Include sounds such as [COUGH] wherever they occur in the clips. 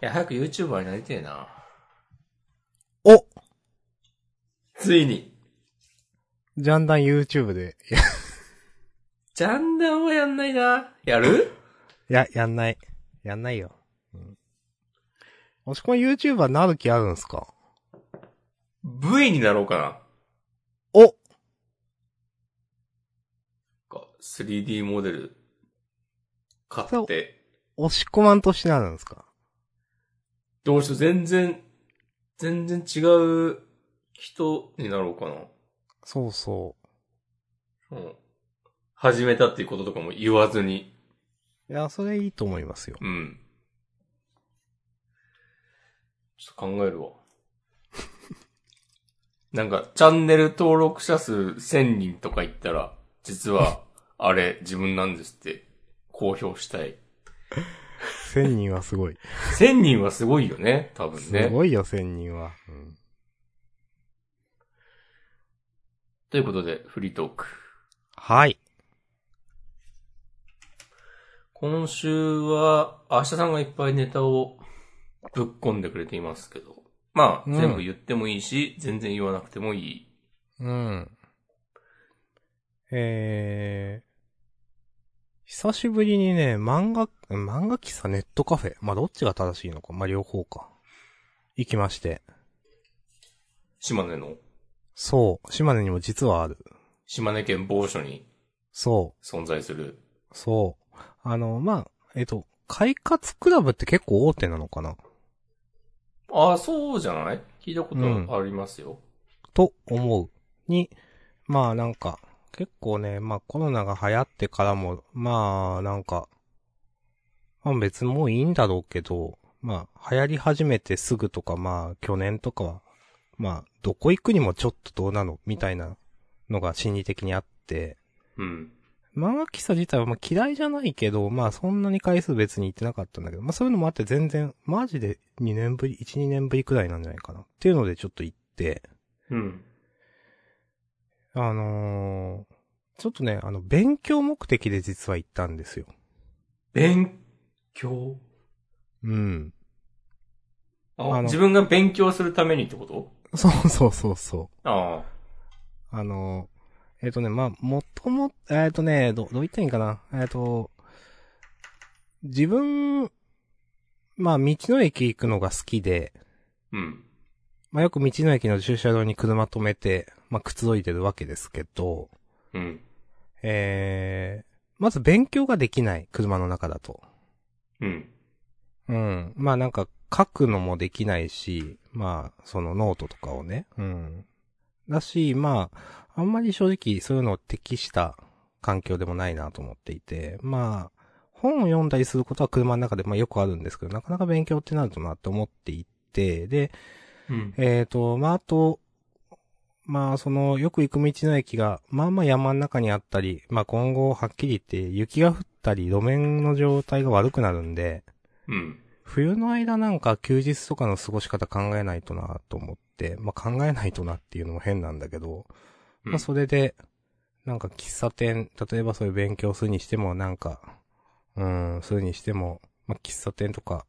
や、早く YouTuber になりてえな。おついに。ジャンダン YouTube で、いジャンダンはやんないな。やるや、や、やんない。やんないよ。うん。もしこれ YouTuber になる気あるんすか ?V になろうかな。おか 3D モデル、買って。押し込まんとしてなるんですかどうしよう、全然、全然違う人になろうかそうそな。うん。始めたっていうこととかも言わずに。う。いや、それいいと思い [LAUGHS] ますよ。うん。ちょっと考えるわ。 [LAUGHS] なんか、チャンネル登録者数1000人とか言ったら、実は、あれ、自分なんですって、公表したい。 1000人はすごい。 1000人はすごいよね、多分すね。ごいよ、1000人は。うん。ということで、フリートーク。はい。今週は、明日さんがいっぱいネタをぶっ込んでくれていますけど。まあ、うん全部言ってもいいし、全然言わなくてもいい。うん。えー、久しぶりにね、漫画、漫画喫茶ネットカフェ。まあ、どっちが正しいのか。まあ、両方か。行きまして。島根の、そう。島根にも実はある。島根県某所にそ存在する。う。そう。あの、まあ、えっと、快活クラブって結構大手なのかなああ、そうじゃない聞いたことありますよ。と思う。に、まあなんか、結構ね、まあコロナが流行ってからも、まあなんか、まあ別にもういいんだろうけど、まあ流行り始めてすぐとか、まあ去年とかは、まあどこ行くにもちょっとどうなのみたいなのが心理的にあって、うん。漫画喫茶自体はまあ嫌いじゃないけど、まあそんなに回数別に行ってなかったんだけど、まあそういうのもあって全然、マジで2年ぶり、1、2年ぶりくらいなんじゃないかな。っていうのでちょっと行って、うん。あのー、ちょっとね、あの、勉強目的で実は行ったんですよ。勉強うん。 [LAUGHS] ああの自分が勉強するためにってことそうそうそうそああ。う。あのー、えっ、とね、まあ、もとも、えっ、とね、ど、どう言ったらいいんかな。えっ、と、自分、まあ、道の駅行くのが好きで、うん。まあ、よく道の駅の駐車場に車止めて、まあ、くつろいでるわけですけど、うん。えー、まず勉強ができない、車の中だと。うん。うん。まあなんか書くのもできないし、まあそのノートとかをね。うん。だし、まあ、あんまり正直そういうのを適した環境でもないなと思っていて、まあ、本を読んだりすることは車の中でまあよくあるんですけど、なかなか勉強ってなるとなって思っていて、で、うん。えっ、と、まああと、まあそのよく行く道の駅が、まあまあ山の中にあったり、まあ今後はっきり言って雪が降ったり路面の状態が悪くなるんで、うん。冬の間なんか休日とかの過ごし方考えないとなと思って、まあ、考えないとなっていうのも変なんだけど、まあ、それで、なんか喫茶店、例えばそういう勉強するにしても、なんか、うーん、するにしても、まあ、喫茶店とか、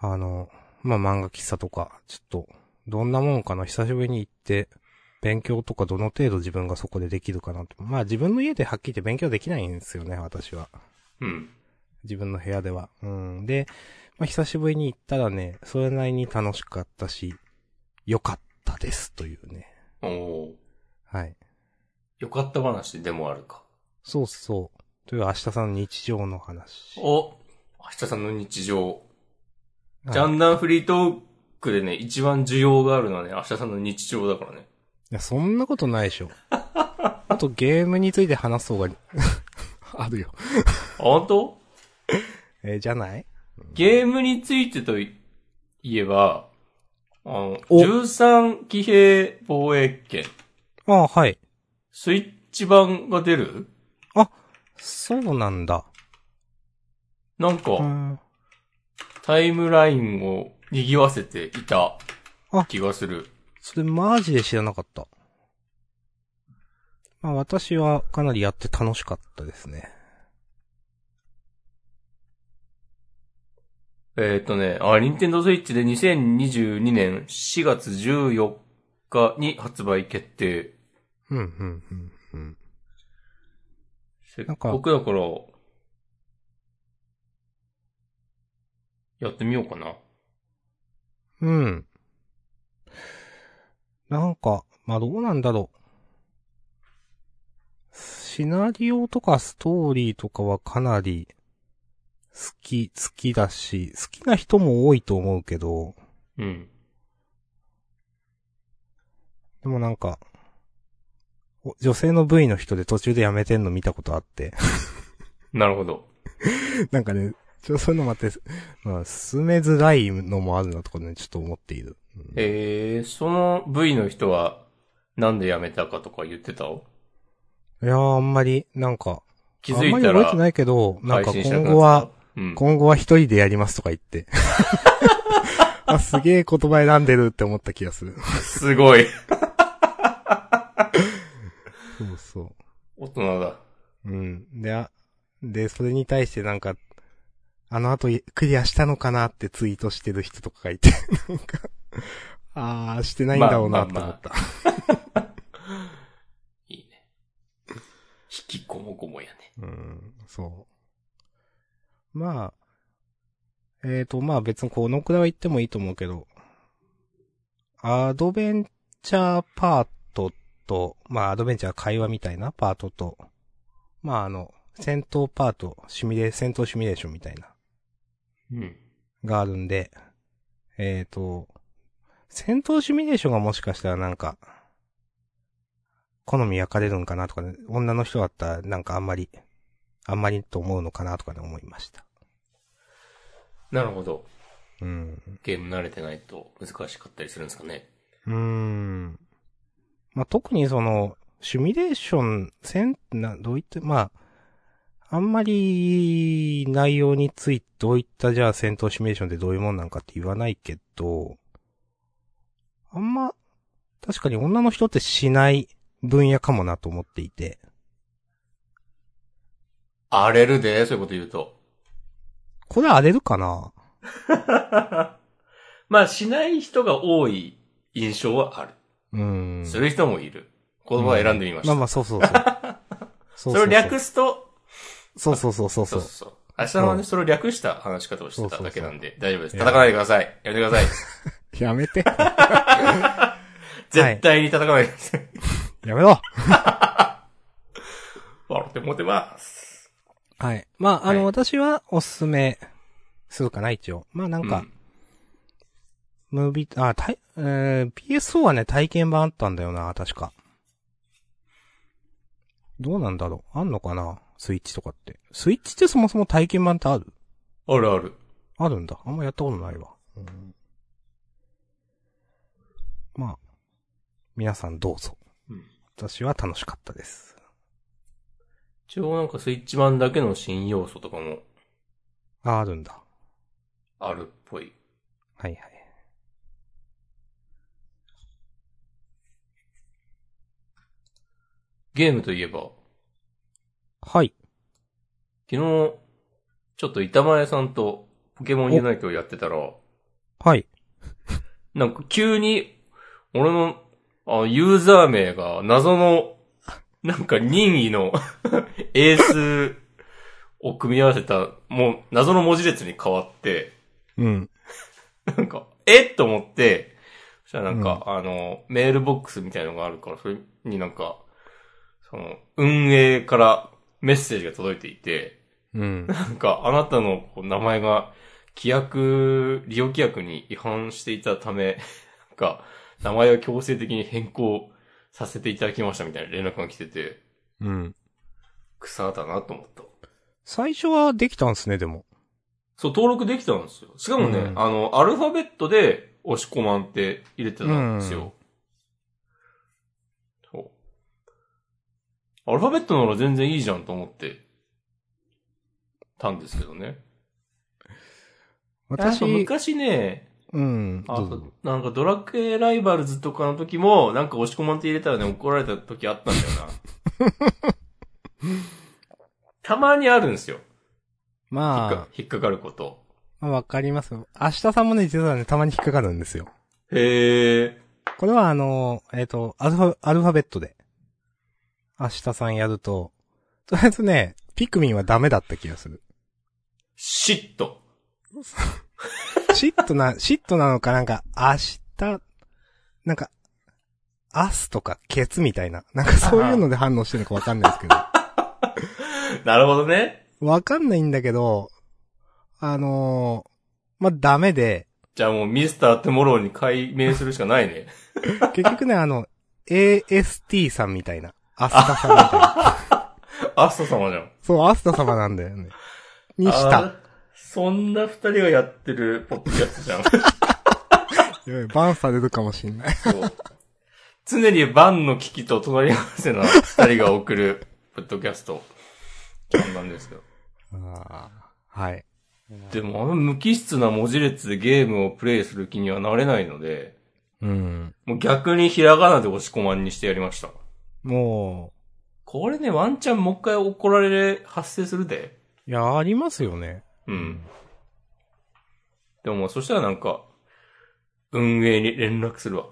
あの、まあ、漫画喫茶とか、ちょっと、どんなもんかな、久しぶりに行って、勉強とかどの程度自分がそこでできるかなと。まあ、自分の家ではっきり言って勉強できないんですよね、私は。うん。自分の部屋では。うん。で、まあ、久しぶりに行ったらね、それなりに楽しかったし、良かったです、というね。おおー。はい。よかった話でもあるか。そうそう。という明日さんの日常の話。お、明日さんの日常。はいジャンダンフリートークでね、一番需要があるのはね、明日さんの日常だからね。いや、そんなことないでしょ。 [LAUGHS] あとゲームについ [LAUGHS] て話す方が、あるよ。あ、本当えーじゃないゲームについてとい言えば、あの、お13騎兵防衛権、ああ、はい。スイッチ版が出るそうなんだ。なんうか、ん。タイムラインを賑わせていたあ気がする。それマジで知らなかった。まあ私はかなりやって楽しかったですね。えーっとね、あ、任天堂スイッチで2022年4月14日に発売決定。うん、うん、うん、うん。せっなかんかくだから、やってみようかな。うん。なんか、まあ、どうなんだろう。シナリオとかストーリーとかはかなり好き、好きだし、好きな人も多いと思うけど、うん。でもなんか、お女性の部位の人で途中でやめてんの見たことあって。 [LAUGHS] なるほど。なんかね、ちょっとそういうのもあって、まあ、進めづらいのもあるなとかね、ちょっと思っている。えー、その部位の人は、なんで辞めたかとか言ってたいやー、あんまり、なんか、気づいあんまたり覚えてなら、いけど、なん配か信しな今く後なはっ、た。うん。今後は一人でやりますとか言って。 [LAUGHS] あすげえ言葉選んでるって思った気がする。すごい。そうそ大人だ。う。うん。で、あで、それに対してなんか、あの後クリアしたのかなってツイートしてる人とかがいて、なんか、あー、してないんだろうなと思った。いいね。引きこもこもやね。うん、そう。まあ、えっ、と、まあ別にこのくらいは言ってもいいと思うけど、アドベンチャーパートと、まあアドベンチャー会話みたいなパートと、まああの、戦闘パート、シミュレー、戦闘シミュレーションみたいな、うん。があるんで、えっ、と、戦闘シミュレーションがもしかしたらなんか、好み焼かれるんかなとかね、女の人だったらなんかあんまり、あんまりと思うのかなとかね思いました。なるほど。うん。ゲーム慣れてないと難しかったりするんですかね。うーん。まあ、特にその、シミュレーション、せん、な、どういった、まあ、あんまり内容について、どういったじゃあ戦闘シミュレーションってどういうもんなんかって言わないけど、あんま、確かに女の人ってしない分野かもなと思っていて、荒れるで、そういうこと言うと。 [LAUGHS] これ荒れるかなまあ、しない人が多い印象はある。うーん。する人もいる。言葉を選んでみました。まあまあ、そうそ [LAUGHS] うそう。そそれを略すと、そうそうそうそうそそううそう。そう。明日のね、それを略した話し方をしてただけなんで、大丈夫です。いや叩かないでください。やめてください。やめて。絶対に叩かないでください。 [LAUGHS] やめろ笑ってモテます。はい。まあ、あの、はい私はおすすめするかな、一応。まあ、なんか、ムービー、あ、たい、えー、PSO はね、体験版あったんだよな、確か。どうなんだろうあんのかなスイッチとかって。スイッチってそもそも体験版ってあるうん。あるある。あるんだ。あんまやったことないわ。まあ、皆さんどうぞ。うん私は楽しかったです。一応なんかスイッチ版だけの新要素とかもあ、あるんだ。あるっぽい。はいはい。ゲームといえば、はい。昨日、ちょっと板前さんとポケモンユナイトをやってたら、はい。なんか急に、俺の、あユーザー名が謎の、なんか任意の [LAUGHS] エースを組み合わせた、もう謎の文字列に変わって、うん。なんか、えっと思って、そしたらなんか、あの、メールボックスみたいのがあるから、それになんか、その、運営からメッセージが届いていて、うん。なんか、あなたのこう名前が、規約、利用規約に違反していたため、 [LAUGHS] なんか、名前を強制的に変更させていただきましたみたいな連絡が来てて、うん。草だなと思った。 [LAUGHS] 最初はできたんすね、でも。そう、登録できたんですよ。しかもね、うんあの、アルファベットで、押し込まんって入れてたんですよ。そう。アルファベットなら全然いいじゃんと思って、たんですけどね。確か私、昔ね、うん。あどうぞと、なんかドラクエライバルズとかの時も、なんか押し込まんって入れたらね、怒られた時あったんだよな。 [LAUGHS] たまにあるんですよ。引っまか引っかかること。あ、まあわかりますよ。明日さんもね、実はね、たまに引っかかるんですよ。へえ。これはあの、えっ、と、アルファ、アルファベットで。明日さんやると、とりあえずね、ピクミンはダメだった気がする。嫉妬。シットな、 [LAUGHS] シットなのかなんか、明日、なんか、アスとかケツみたいな。なんかそういうので反応してるのかわかんないですけど。なるほどね。わかんないんだけど、あのーまあ、ダメで、じゃあもうミスターテモローに改名するしかないね。 [LAUGHS] 結局ね、あの、AST さんみたいな。アスタさんみたい [LAUGHS] な。アスト様じゃん。そう、アスタ様なんだよね。にした。あ。そんな二人がやってるポッドキャストじゃん。やばいバンされるかもしんない。 [LAUGHS] そう常に万の危機と隣り合わせな二人が送るポッドキャスト。そうなんですよ。あーはい。でもあの無機質な文字列でゲームをプレイする気にはなれないので、うん。もう逆にひらがなで押し込まんにしてやりました。もこれね、ワンチャンもう一回怒られ、発生するで。う、いや、ありますよね。うん。でももうそしたらなんか、運営に連絡するわ。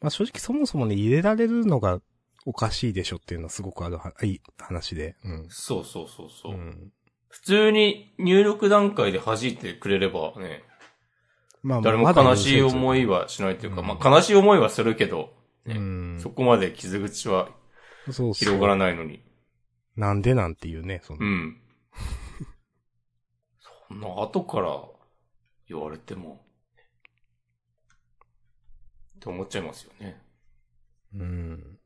まあ、正直そもそもね、入れられるのがおかしいでしょっていうのはすごくあるは、いい話で。うん。そうそうそうそう。ん。普通に入力段階で弾いてくれればね、まあ誰も悲しい思い。いはしないというか、うんまあ悲しい思いはするけど、うねん。そこまで傷口はそうそう。広がらないのに。なんでなんていうね、その。うん。そんな後から言われても、って思っちゃいますよね。うん。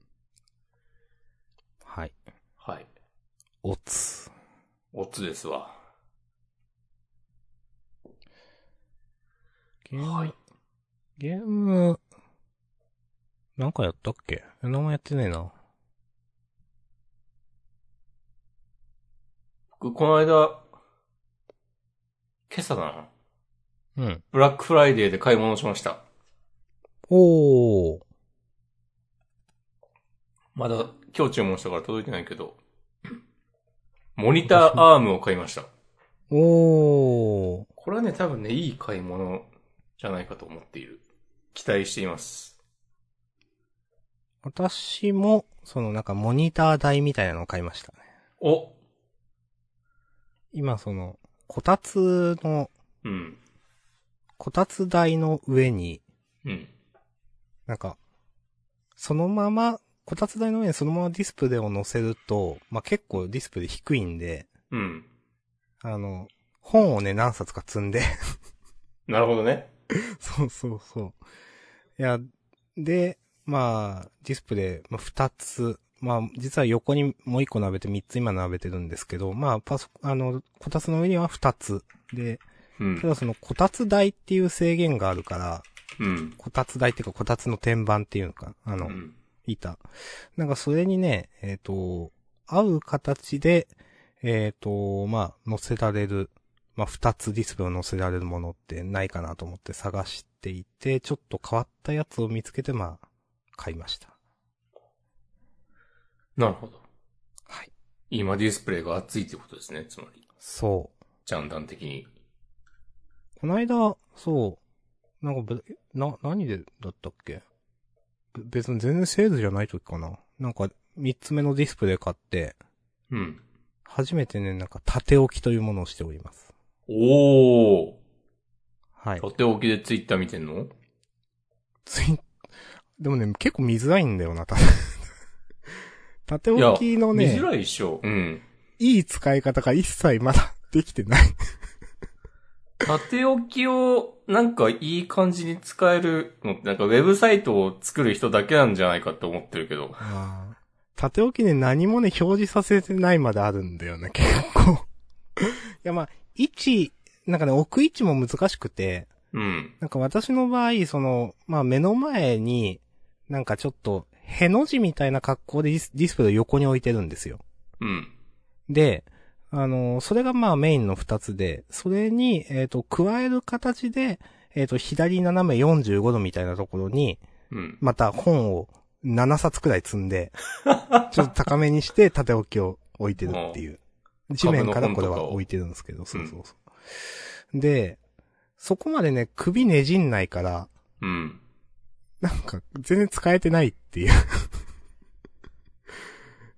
はい。はい。おつ。オツですわ。ゲーム、はいゲーム、なんかやったっけえ何もやってねえな。僕、この間、今朝だな。うん。ブラックフライデーで買い物しました。おー。まだ今日注文したから届いてないけ [LAUGHS] ど、モニターアームを買いました。おー。これはね、多分ね、いい買い物じゃないかと思っている。期待しています。私も、そのなんかモニター台みたいなのを買いましたね。お今その、こたつの、うん。こたつ台の上に、うん。なんか、そのまま、こたつ台の上にそのままディスプレイを載せると、まあ、結構ディスプレイ低いんで、うん。あの、本をね、何冊か積んで、なるほどね。そうそうそう。いや、で、まあ、ディスプレイ、まあ、二つ。まあ、実は横にもう一個並べて、三つ今並べてるんですけど、まあ、パソ、あの、こたつの上には二つ。で、うたん。だその、こたつ台っていう制限があるから、うん。こたつ台っていうか、こたつの天板っていうのか、あうの、ん。板。なんかそれにね、えっ、と、合う形で、えっ、と、まあ、載せられる、まあ、二つディスプレイを載せられるものってないかなと思って探していて、ちょっと変わったやつを見つけて、まあ、買いました。なるほど。はい。今ディスプレイが熱いってことですね、つまり。そジャンダン的に。う。この間、そう、なんかぶ、な、何でだったっけべ別に全然セールじゃない時かな。なんか、三つ目のディスプレイ買って、うん。初めてね、なんか縦置きというものをしております。おー。はい。とっておきでツイッター見てんのツイでもね、結構見づらいんだよな、た [LAUGHS] 縦いや置きの見ねづ、らいっしょ。うん。いい使い方が一切まだできてない。 [LAUGHS] 縦置きをなんかいい感じに使えるのってなんかウェブサイトを作る人だけなんじゃないかって思ってるけど。縦置きね、何もね、表示させてないまであるんだよね、 [LAUGHS] 結構。いや、まあ、位置、なんかね、置く位置も難しくて、うん。なんか私の場合、その、まあ目の前に、なんかちょっと、への字みたいな格好でディスディスプレイを横に置いてるんですよ。うん。で、あの、それがまあメインの二つで、それに、えっ、と、加える形で、えっ、と、左斜め45度みたいなところに、うん。また本を7冊くらい積んで、ちょっと高めにして縦置きを置いてるっていう。地面からこれは置いてるんですけど、そうそうそう。で、そこまでね、首ねじんないから、うん。なんか、全然使えてないっていう。 [LAUGHS]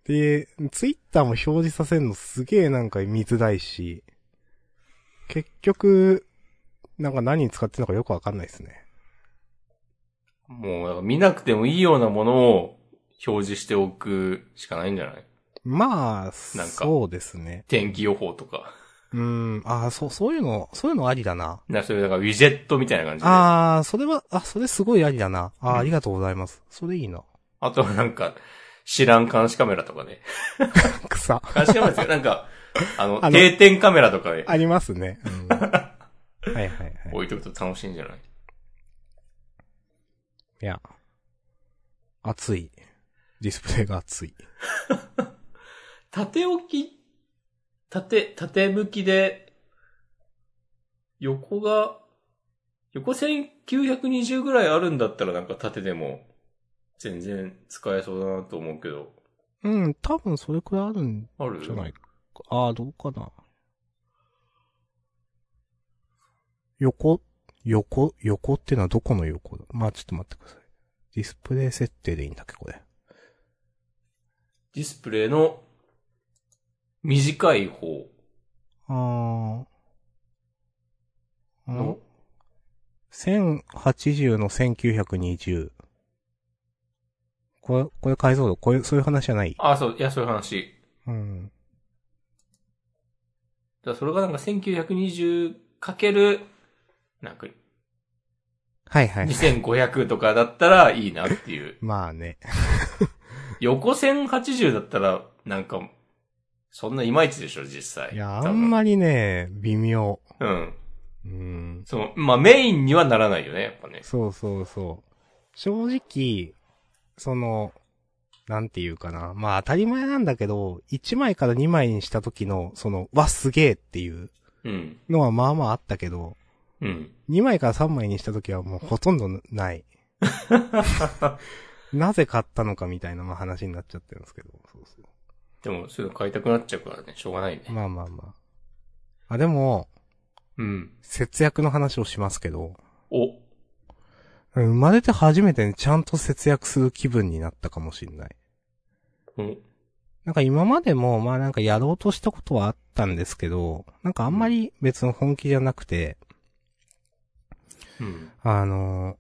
で、ツイッターも表示させるのすげえなんか見づらいし、結局、なんか何に使ってるのかよくわかんないですね。もう、だから見なくてもいいようなものを表示しておくしかないんじゃないまあ、なんかそうですね。天気予報とか。うん、ああ、そう、そういうの、そういうのありだな。な、それだからウィジェットみたいな感じで。あああ、それは、あ、それすごいありだな。ああ、ありがとうございます。それいいな。とはなんか、知らん監視カメラとか [LAUGHS] ね。草。監視カメラですよ。なんか、あの、あの定点カメラとかでありますね。うん、はいはいはい。置いとくと楽しいんじゃないいや。熱い。ディスプレイが熱い。縦置き、縦、縦向きで、横が、横1920ぐらいあるんだったらなんか縦でも、全然使えそうだなと思うけど、うん、多分それくらいあるんあるじゃないか。ああ、どうかな。横、横、横ってのはどこの横だまあちょっと待ってください。ディスプレイ設定でいいんだっけ、これ。ディスプレイの短い方ああ。の、 1080の1920。これ、これ解像度、こういう、そういう話じゃないあ、そう、いや、そういう話。うん。だからそれがなんか 1920× なんかはいはい。 2500とかだったらいいなっていう。 [LAUGHS] まあね。横線80だったら、なんか、そんないまいちでしょ、実際。いや、多あ分んまりね、微妙。うん。うん。その、まあ、メインにはならないよね、やっぱね。そうそうそう。正直、その、なんていうかな。まあ当たり前なんだけど、1枚から2枚にした時の、その、わ、すげえっていううん。のはまあまああったけど、うん。 2枚から3枚にした時はもうほとんどない。 [LAUGHS] なぜ買ったのかみたいなまあ話になっちゃってるんですけど。そうそうでも、そういうの買いたくなっちゃうからね、しょうがないね。まあまあまあ。あ、でも、うん。節約の話をしますけど、お、生まれて初めてね、ちゃんと節約する気分になったかもしんない。うん。なんか今までも、まあなんかやろうとしたことはあったんですけど、なんかあんまり別の本気じゃなくて、うん。あの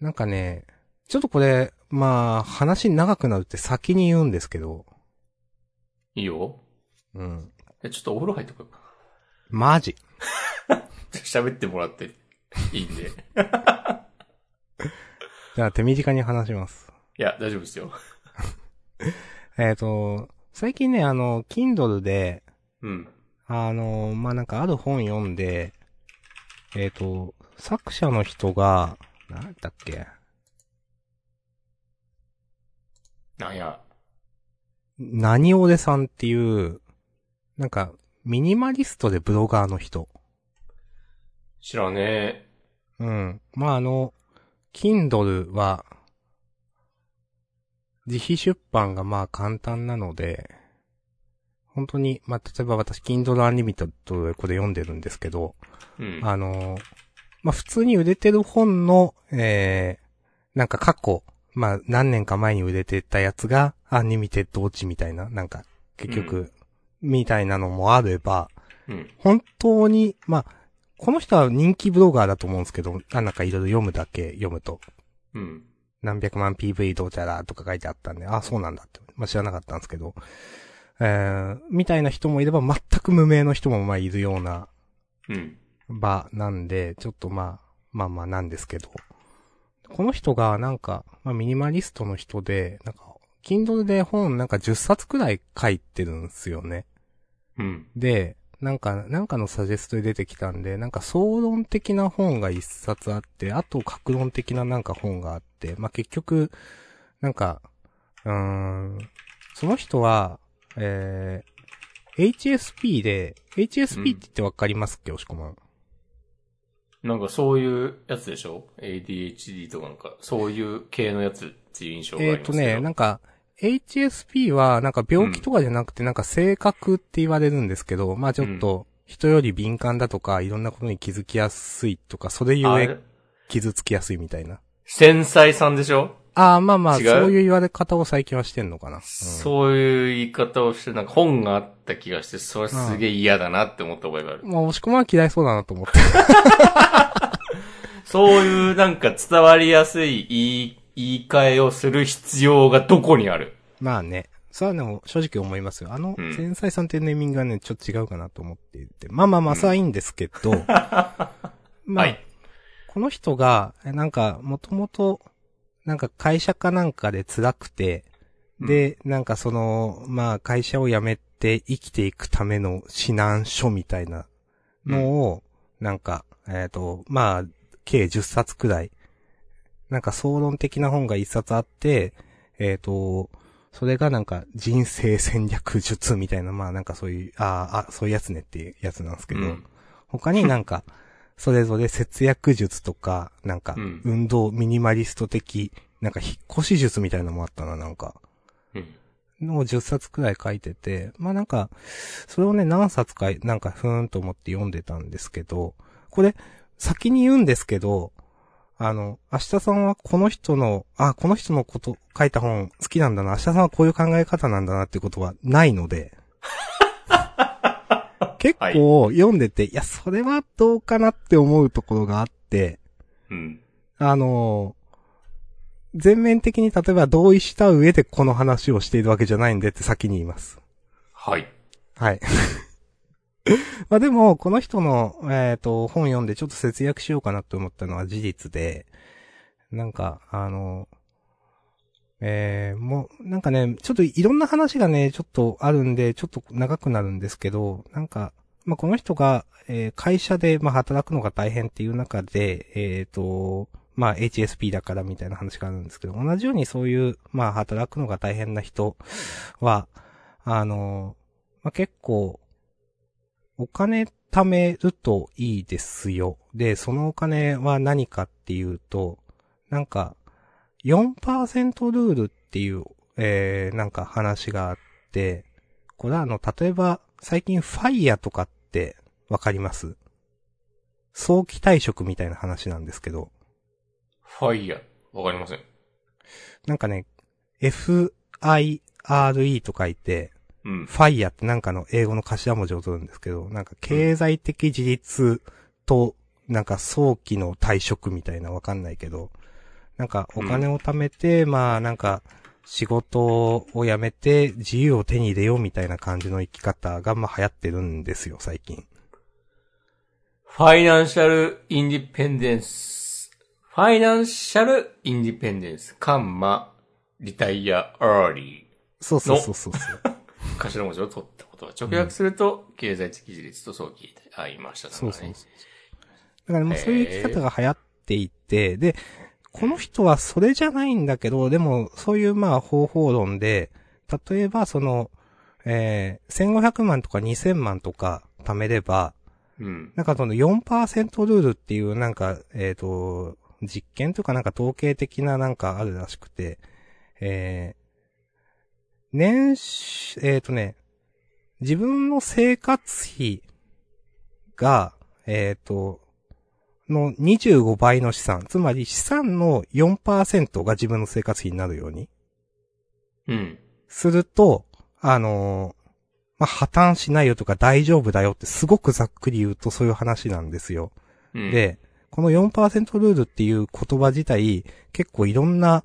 ーなんかね、ちょっとこれ、まあ話長くなるって先に言うんですけど、いいよ。うん。えちょっとお風呂入ってこようか。マジ。 [LAUGHS] 喋ってもらっていいんで。いじゃあ手短に話します。や、大丈夫ですよ。えっ、と、最近ね、あの、Kindle で、うん。あの、まあ、なんかある本読んで、えっ、と、作者の人が、なんだっけ、なんや。何おでさんっていう、なんか、ミニマリストでブロガーの人。知らねうん。まあ、あの、Kindle は、自費出版がまあ簡単なので、本当に、まあ、例えば私、Kindle Unlimited でこれ読んでるんですけど、え。うん。あのーまあ、普通に売れてる本の、えー、なんか過去、まあ、何年か前に売れてたやつが、アンリミテッド落ちみたいな、なんか、結局、みたいなのもあれば、うん。本当に、まあ、この人は人気ブロガーだと思うんですけど、あなんかいろいろ読むだけ読むと、うん。何百万 PV どうちゃらとか書いてあったんで、あ、そうなんだって、まあ、知らなかったんですけど、えー、みたいな人もいれば、全く無名の人もまあいるような、うん。場なんで、ちょっとまあ、まあまあなんですけど、この人がなんか、まあミニマリストの人で、なんか、Kindle で本なんか10冊くらい書いてるんですよね。うん。で、なんか、なんかのサジェストで出てきたんで、なんか総論的な本が1冊あって、あと格論的ななんか本があって、まあ結局、なんか、うーん、その人は、えー、HSP で、HSP って言ってわかりますっけ、おしこまん。なんかそういうやつでしょ ?ADHD とかなんか、そういう系のやつっていう印象がありえまっすとけど。ね、なんか、HSP は、なんか病気とかじゃなくて、なんか性格って言われるんですけど、まあちょっと、人より敏感だとか、いろんなことに気づきやすいとか、それゆあえれ傷つきやすいみたいな。繊細さんでしょ、ああ、まあまあ、違そうういう言われ方を最近はしてんのかな。うんそういう言い方をして、なんか本があった気がして、それすげえ嫌だなって思った覚えがある。まあ、押し込まは嫌いそうだなと思って。 [LAUGHS] そういうなんか伝わりやすい言い、言い換えをする必要がどこにあるまあね。それはでも正直思いますよ。あのうん、繊細さんっていうネーミングがね、ちょっと違うかなと思っていて。まあまあまあ、それはいいんですけど。 [LAUGHS] [LAUGHS] まはあい、。この人が、えなんか、もともと、なんか会社かなんかで辛くて、で、なんかその、まあ会社を辞めて生きていくための指南書みたいなのを、なんか、えっ、と、まあ、計10冊くらい、なんか総論的な本が1冊あって、えっ、と、それがなんか人生戦略術みたいな、まあなんかそういう、あーあ、そういうやつねっていうやつなんですけど、うん他になんか、それぞれ節約術とか、なんかうん、運動ミニマリスト的、なんか引っ越し術みたいなのもあったな、なんか。うん。のを10冊くらい書いてて、まあなんか、それをね、何冊か、なんかふーんと思って読んでたんですけど、これ、先に言うんですけど、あの、明日さんはこの人の、あ、この人のこと、書いた本好きなんだな、明日さんはこういう考え方なんだなってことはないので、結構読んでて、いや、それはどうかなって思うところがあって、うん。あのー全面的に例えば同意した上でこの話をしているわけじゃないんでって先に言います。はい。はい。 [LAUGHS] まあでも、この人の、えっ、と、本読んでちょっと節約しようかなと思ったのは事実で、なんか、あの、えー、もう、なんかね、ちょっといろんな話がね、ちょっとあるんで、ちょっと長くなるんですけど、なんか、まあこの人が、えー会社で、まあ働くのが大変っていう中で、えっ、と、まあ HSP だからみたいな話があるんですけど、同じようにそういう、まあ働くのが大変な人は、あの、まあ、結構、お金貯めるといいですよ。で、そのお金は何かっていうと、なんか、4%ルールっていう、えー、なんか話があって、これはあの、例えば、最近ファイヤとかってわかります早期退職みたいな話なんですけど、ファイヤー。わかりません。なんかね、F-I-R-E と書いて、うん。ファイヤーってなんかの英語の頭文字を取るんですけど、なんか経済的自立と、なんか早期の退職みたいなわかんないけど、なんかお金を貯めて、まあなんか仕事を辞めて自由を手に入れようみたいな感じの生き方がまあ流行ってるんですよ、最近。ファイナンシャルインディペンデンス。ファイナンシャルインディペンデンス。カンマ、リタイア、アーリそうそうそう [LAUGHS] そうそう。ー。頭文字を取ったことは直訳すると、経済的自立と早期あ、言いました、ね。そうそうそう。だからもうそういう生き方が流行っていて、で、この人はそれじゃないんだけど、でもそういうまあ方法論で、例えばその、えー、1500万とか2000万とか貯めれば、うん。なんかその4%ルールっていうなんか、えっ、と、実験というかなんか統計的ななんかあるらしくて、えー、年収、えっ、とね、自分の生活費が、えっ、と、の25倍の資産、つまり資産の4%が自分の生活費になるようにうん。すると、あのーまあ、破綻しないよとか大丈夫だよってすごくざっくり言うとそういう話なんですよ。うん、で、この4%ルールっていう言葉自体、結構いろんな、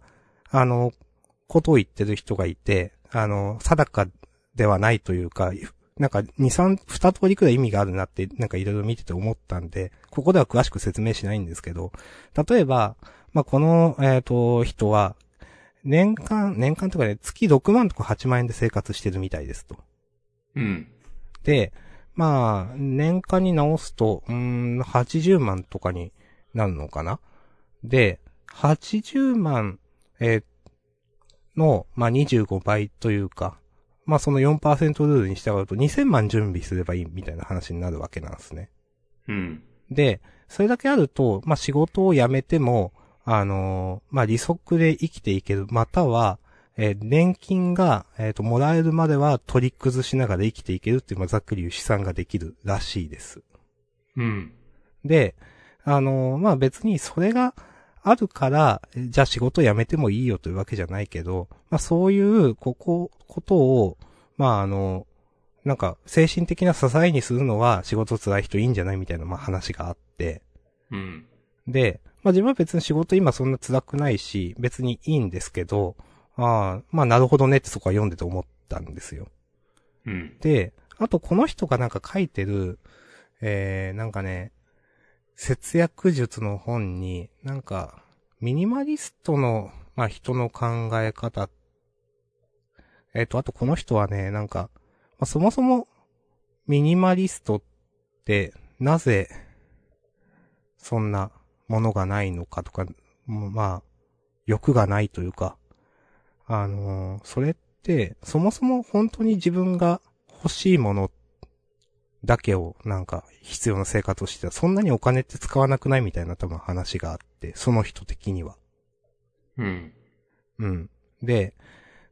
あの、ことを言ってる人がいて、あの、定かではないというか、なんか2、3、2通りくらい意味があるなって、なんかいろいろ見てて思ったんで、ここでは詳しく説明しないんですけど、例えば、まあ、この、えっ、と、人は、年間、年間とかね、月6万とか8万円で生活してるみたいですと。うん。で、まあ、年間に直すと、うーん、80万とかになるのかなで、80万、えーの、まあ25倍というか、まあその4%ルールに従うと2000万準備すればいいみたいな話になるわけなんですね。うん。で、それだけあると、まあ、仕事を辞めても、あのーまあ、利息で生きていける、または、えー年金が、えっ、と、もらえるまでは取り崩しながら生きていけるっていう、まあ、ざっくり言う試算ができるらしいです。うん。で、あのまあ、別にそれがあるから、えじゃあ仕事辞めてもいいよというわけじゃないけど、まあ、そういう、ここ、ことを、まあ、あのなんか、精神的な支えにするのは仕事辛い人いいんじゃないみたいな、まあ、話があって、うん。で、まあ自分は別に仕事今そんな辛くないし、別にいいんですけど、ああ、まあなるほどねってそこは読んでて思ったんですよ。うん。で、あとこの人がなんか書いてる、えー、なんかね、節約術の本に、なんか、ミニマリストの、まあ人の考え方、えっ、と、あとこの人はね、なんか、まあ、そもそも、ミニマリストって、なぜ、そんなものがないのかとか、もうまあ、欲がないというか、あのーそれって、そもそも本当に自分が欲しいものだけをなんか必要な生活をしてたら、そんなにお金って使わなくないみたいな多分話があって、その人的には。うん。うん。で、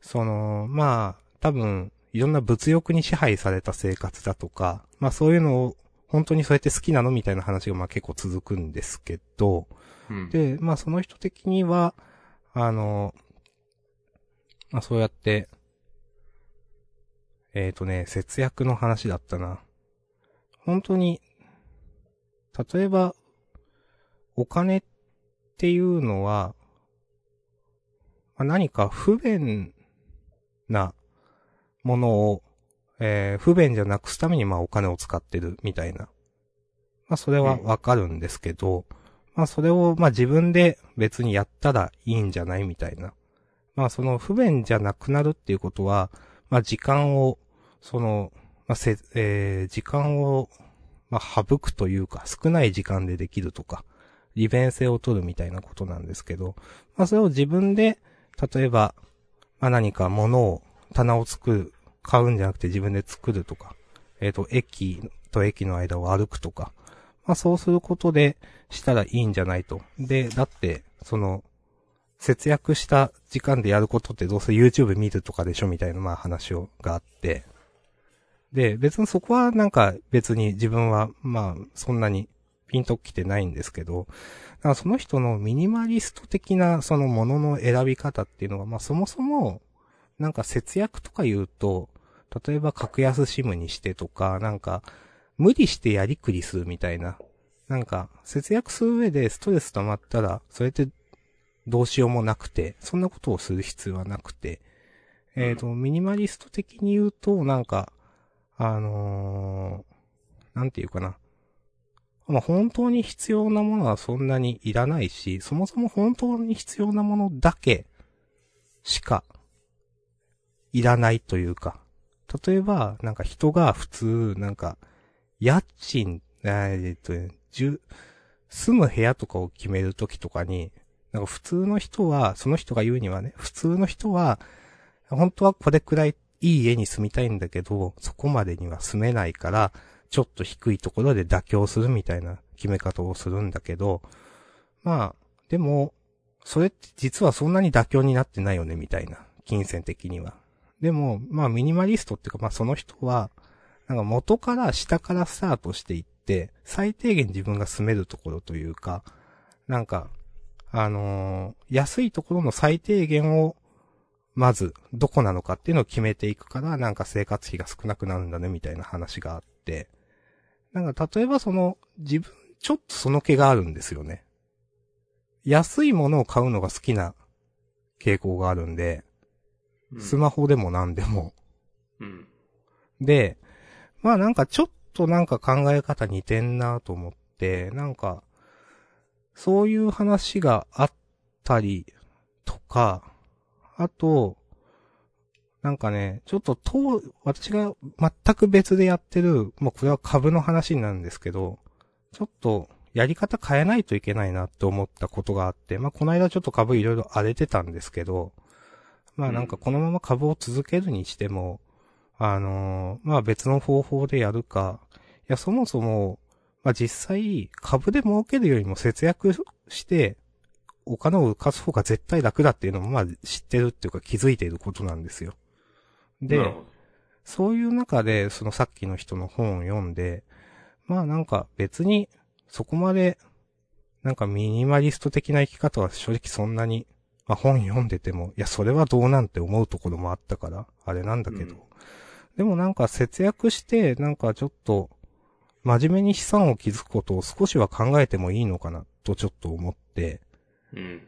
その、まあ、多分、いろんな物欲に支配された生活だとか、まあそういうのを、本当にそうやって好きなのみたいな話がまあ結構続くんですけど、うん。で、まあその人的には、あの、まあそうやって、えっ、とね、節約の話だったな。本当に、例えば、お金っていうのは、まあ何か不便なものを、えー不便じゃなくすためにまあお金を使ってるみたいな。まあそれはわかるんですけど、まあそれをまあ自分で別にやったらいいんじゃないみたいな。まあその不便じゃなくなるっていうことは、まあ時間を、その、まあせ、えー時間を、まあ省くというか少ない時間でできるとか、利便性を取るみたいなことなんですけど、まあそれを自分で、例えば、まあ何か物を、棚を作る、買うんじゃなくて自分で作るとか、えっ、と、駅と駅の間を歩くとか、まあそうすることで、したらいいんじゃないと。で、だって、その、節約した時間でやることってどうせ YouTube 見るとかでしょみたいなまあ話をがあって。で、別にそこはなんか別に自分はまあそんなにピンときてないんですけど、だからその人のミニマリスト的なそのものの選び方っていうのがまあそもそもなんか節約とか言うと、例えば格安シムにしてとか、なんか無理してやりくりするみたいななんか、節約する上でストレス溜まったら、それってどうしようもなくて、そんなことをする必要はなくて、えっ、と、ミニマリスト的に言うと、なんか、あのーなんていうかな。まあ、本当に必要なものはそんなにいらないし、そもそも本当に必要なものだけしかいらないというか、例えば、なんか人が普通、なんか、家賃、あーえっとね、住住む部屋とかを決めるときとかに、なんか普通の人は、その人が言うにはね、普通の人は、本当はこれくらいいい家に住みたいんだけど、そこまでには住めないから、ちょっと低いところで妥協するみたいな決め方をするんだけど、まあ、でも、それって実はそんなに妥協になってないよね、みたいな。金銭的には。でも、まあ、ミニマリストっていうか、まあ、その人は、なんか元から下からスタートしていって、最低限自分が住めるところというか、なんか、あのー安いところの最低限を、まず、どこなのかっていうのを決めていくから、なんか生活費が少なくなるんだね、みたいな話があって。なんか、例えばその、自分、ちょっとその気があるんですよね。安いものを買うのが好きな傾向があるんで、うんスマホでも何でも、うん。で、まあなんかちょっとなんか考え方似てんなと思って、なんか、そういう話があったりとか、あと、なんかね、ちょっと当、私が全く別でやってる、もうこれは株の話になるんですけど、ちょっとやり方変えないといけないなって思ったことがあって、まあこの間ちょっと株いろいろ荒れてたんですけど、まあなんかこのまま株を続けるにしても、あのーまあ別の方法でやるか、いやそもそも、まあ実際株で儲けるよりも節約して、お金を浮かす方が絶対楽だっていうのも、まあ知ってるっていうか気づいていることなんですよ。で、なるほどそういう中で、そのさっきの人の本を読んで、まあなんか別にそこまで、なんかミニマリスト的な生き方は正直そんなに、まあ本読んでても、いやそれはどうなんて思うところもあったから、あれなんだけど。うんでもなんか節約して、なんかちょっと、真面目に資産を築くことを少しは考えてもいいのかな、とちょっと思って、うん。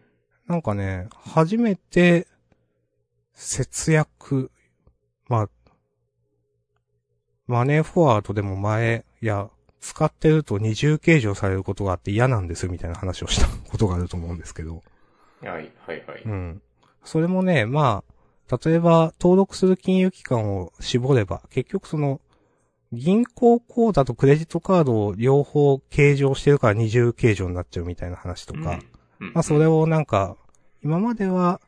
なんかね、初めて、節約、まあ、マネーフォワードでも前、いや、使ってると二重計上されることがあって嫌なんですみたいな話をした [LAUGHS] ことがあると思うんですけど。はい、はい、はい。うん。それもね、まあ、例えば、登録する金融機関を絞れば、結局その、銀行口座とクレジットカードを両方計上してるから二重計上になっちゃうみたいな話とか、うん。うんまあそれをなんか、今までは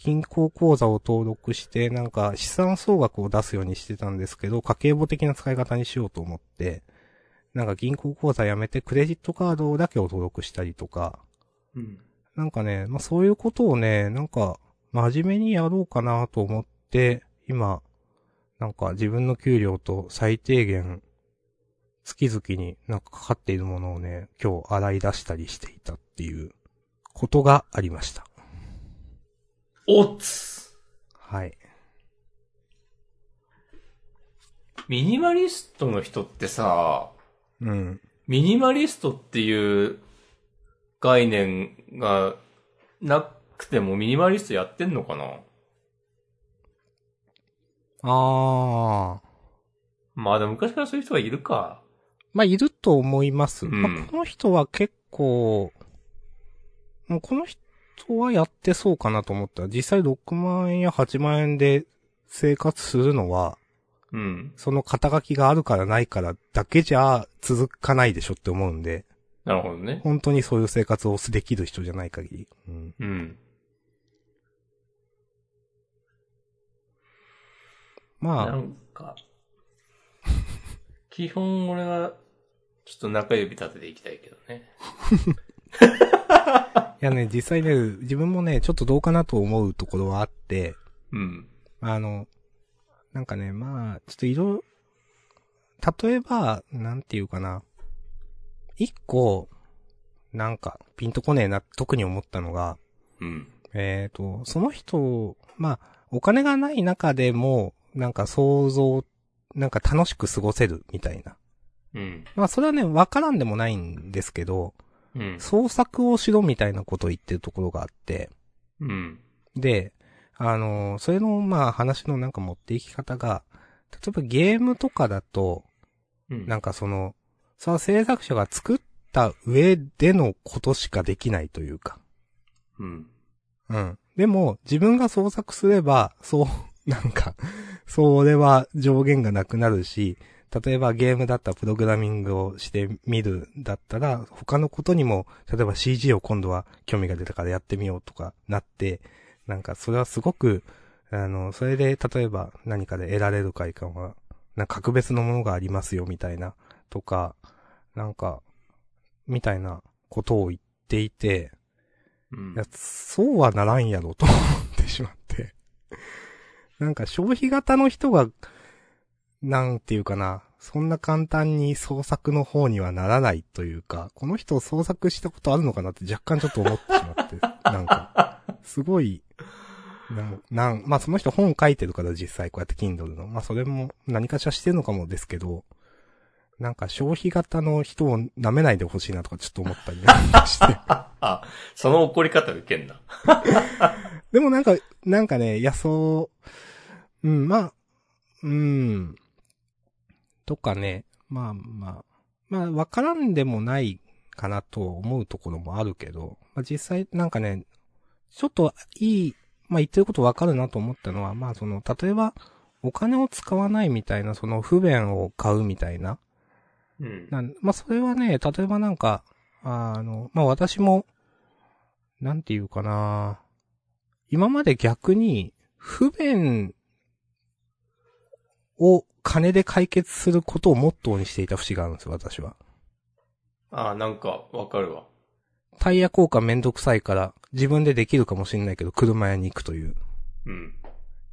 銀行口座を登録して、なんか資産総額を出すようにしてたんですけど、家計簿的な使い方にしようと思って、なんか銀行口座やめてクレジットカードだけを登録したりとか、うん。なんかね、まあそういうことをね、なんか真面目にやろうかなと思って、今、なんか自分の給料と最低限、月々になんかかかっているものをね、今日洗い出したりしていたっていうことがありました。おっつはい。ミニマリストの人ってさ、うん。ミニマリストっていう概念がなくてもミニマリストやってんのかなあー。まあでも昔からそういう人がいるか。まあ、いると思います。うんまあ、この人は結構、もうこの人はやってそうかなと思った。実際6万円や8万円で生活するのは、うん。その肩書きがあるからないからだけじゃ続かないでしょって思うんで、なるほどね。本当にそういう生活をできる人じゃない限り。うん。うん。なまあ、んか、基本俺はちょっと中指立てていきたいけどね。いやね、実際ね、自分もね、ちょっとどうかなと思うところはあって、うん。あの、なんかね、まあ、ちょっといろ、例えば、なんていうかな。一個、なんか、ピンとこねえな、特に思ったのが、うん。えっ、と、その人、まあ、お金がない中でも、なんか想像、なんか楽しく過ごせるみたいな。うん。まあ、それはね、わからんでもないんですけど、うん。創作をしろみたいなことを言ってるところがあって、うん。で、あの、それの、まあ、話のなんか持っていき方が、例えばゲームとかだと、うん。なんかその、その制作者が作った上でのことしかできないというか。うん。うん。でも、自分が創作すれば、そう、 [LAUGHS] なんか、それは上限がなくなるし、例えばゲームだったらプログラミングをしてみるだったら、他のことにも、例えば CG を今度は興味が出たからやってみようとかなって、なんかそれはすごく、あの、それで例えば何かで得られる快感は、なんか格別のものがありますよみたいな、とか、なんか、みたいなことを言っていて、うんいや、そうはならんやろと思ってしまって。 [LAUGHS] なんか消費型の人が、なんていうかな、そんな簡単に創作の方にはならないというか、この人創作したことあるのかなって若干ちょっと思ってし [LAUGHS] まって、なんか、すごい、なん、なん、まあその人本書いてるから実際こうやって Kindle の、まあそれも何かしらしてるのかもですけど、なんか消費型の人を舐めないでほしいなとかちょっと思ったりなんかして。あ、その怒り方受けんな。でもなんか、なんかね、いや、そう、うん、まあ、うん、とかね、まあまあ、まあ、わからんでもないかなと思うところもあるけど、まあ実際なんかね、ちょっといい、まあ言ってることわかるなと思ったのは、まあその、例えば、お金を使わないみたいな、その不便を買うみたいな、うん。なんまあ、それはね、例えばなんか、あの、まあ、私も、なんていうかな、今まで逆に、不便を金で解決することをモットーにしていた節があるんですよ、私は。あ、なんかわかるわ。タイヤ交換めんどくさいから、自分でできるかもしれないけど、車屋に行くという。うん。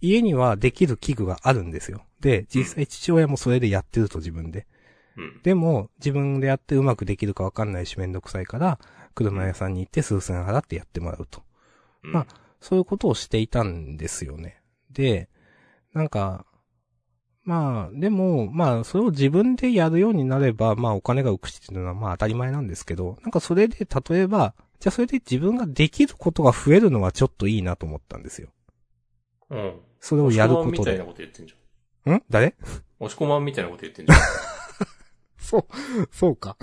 家にはできる器具があるんですよ。で、実際父親もそれでやってると自分で。うん。でも、自分でやってうまくできるかわかんないしめんどくさいから、車屋さんに行って数千円払ってやってもらうと。うんまあ、そういうことをしていたんですよね。で、なんか、まあ、でも、まあ、それを自分でやるようになれば、まあ、お金が浮くしっていうのは、まあ、当たり前なんですけど、なんかそれで、例えば、じゃあそれで自分ができることが増えるのはちょっといいなと思ったんですよ。うん。それをやる押し込まんこみとたいでな。こと言ってんじゃん誰ん。押し込まんみたいなこと言ってんじゃん。そう、そうか。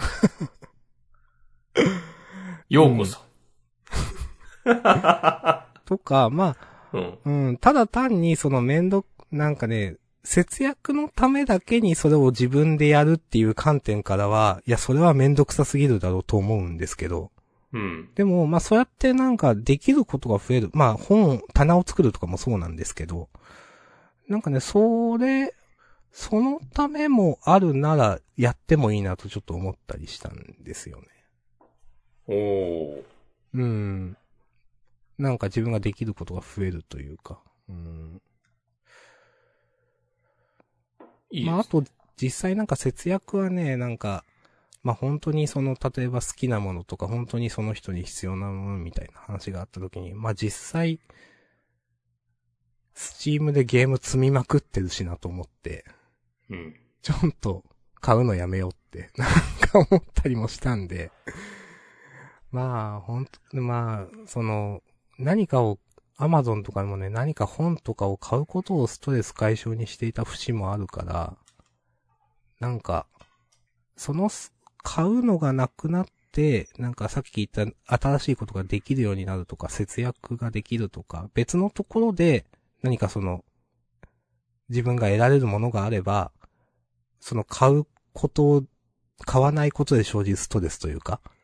ようこそ。とか、まあ、 [LAUGHS] うん。うん、ただ単にそのめんど、なんかね、節約のためだけにそれを自分でやるっていう観点からは、いや、それはめんどくさすぎるだろうと思うんですけど。うん。でも、まあそうやってなんかできることが増える。まあ本、棚を作るとかもそうなんですけど。なんかね、それ、そのためもあるならやってもいいなとちょっと思ったりしたんですよね。おー。うん。なんか自分ができることが増えるというか。うん。いいまあ、であす。と、実際なんか節約はね、なんか、まあ本当にその、例えば好きなものとか、本当にその人に必要なものみたいな話があった時に、まあ実際、スチームでゲーム積みまくってるしなと思って、うん。ちょっと買うのやめようって、 [LAUGHS] なんか思ったりもしたんで、まあ、ほんと、まあ、その、何かを、アマゾンとかもね、何か本とかを買うことをストレス解消にしていた節もあるから、なんか、そのす、買うのがなくなって、なんかさっき言った新しいことができるようになるとか、節約ができるとか、別のところで何かその、自分が得られるものがあれば、その買うことを、買わないことで生じるストレスというか、うん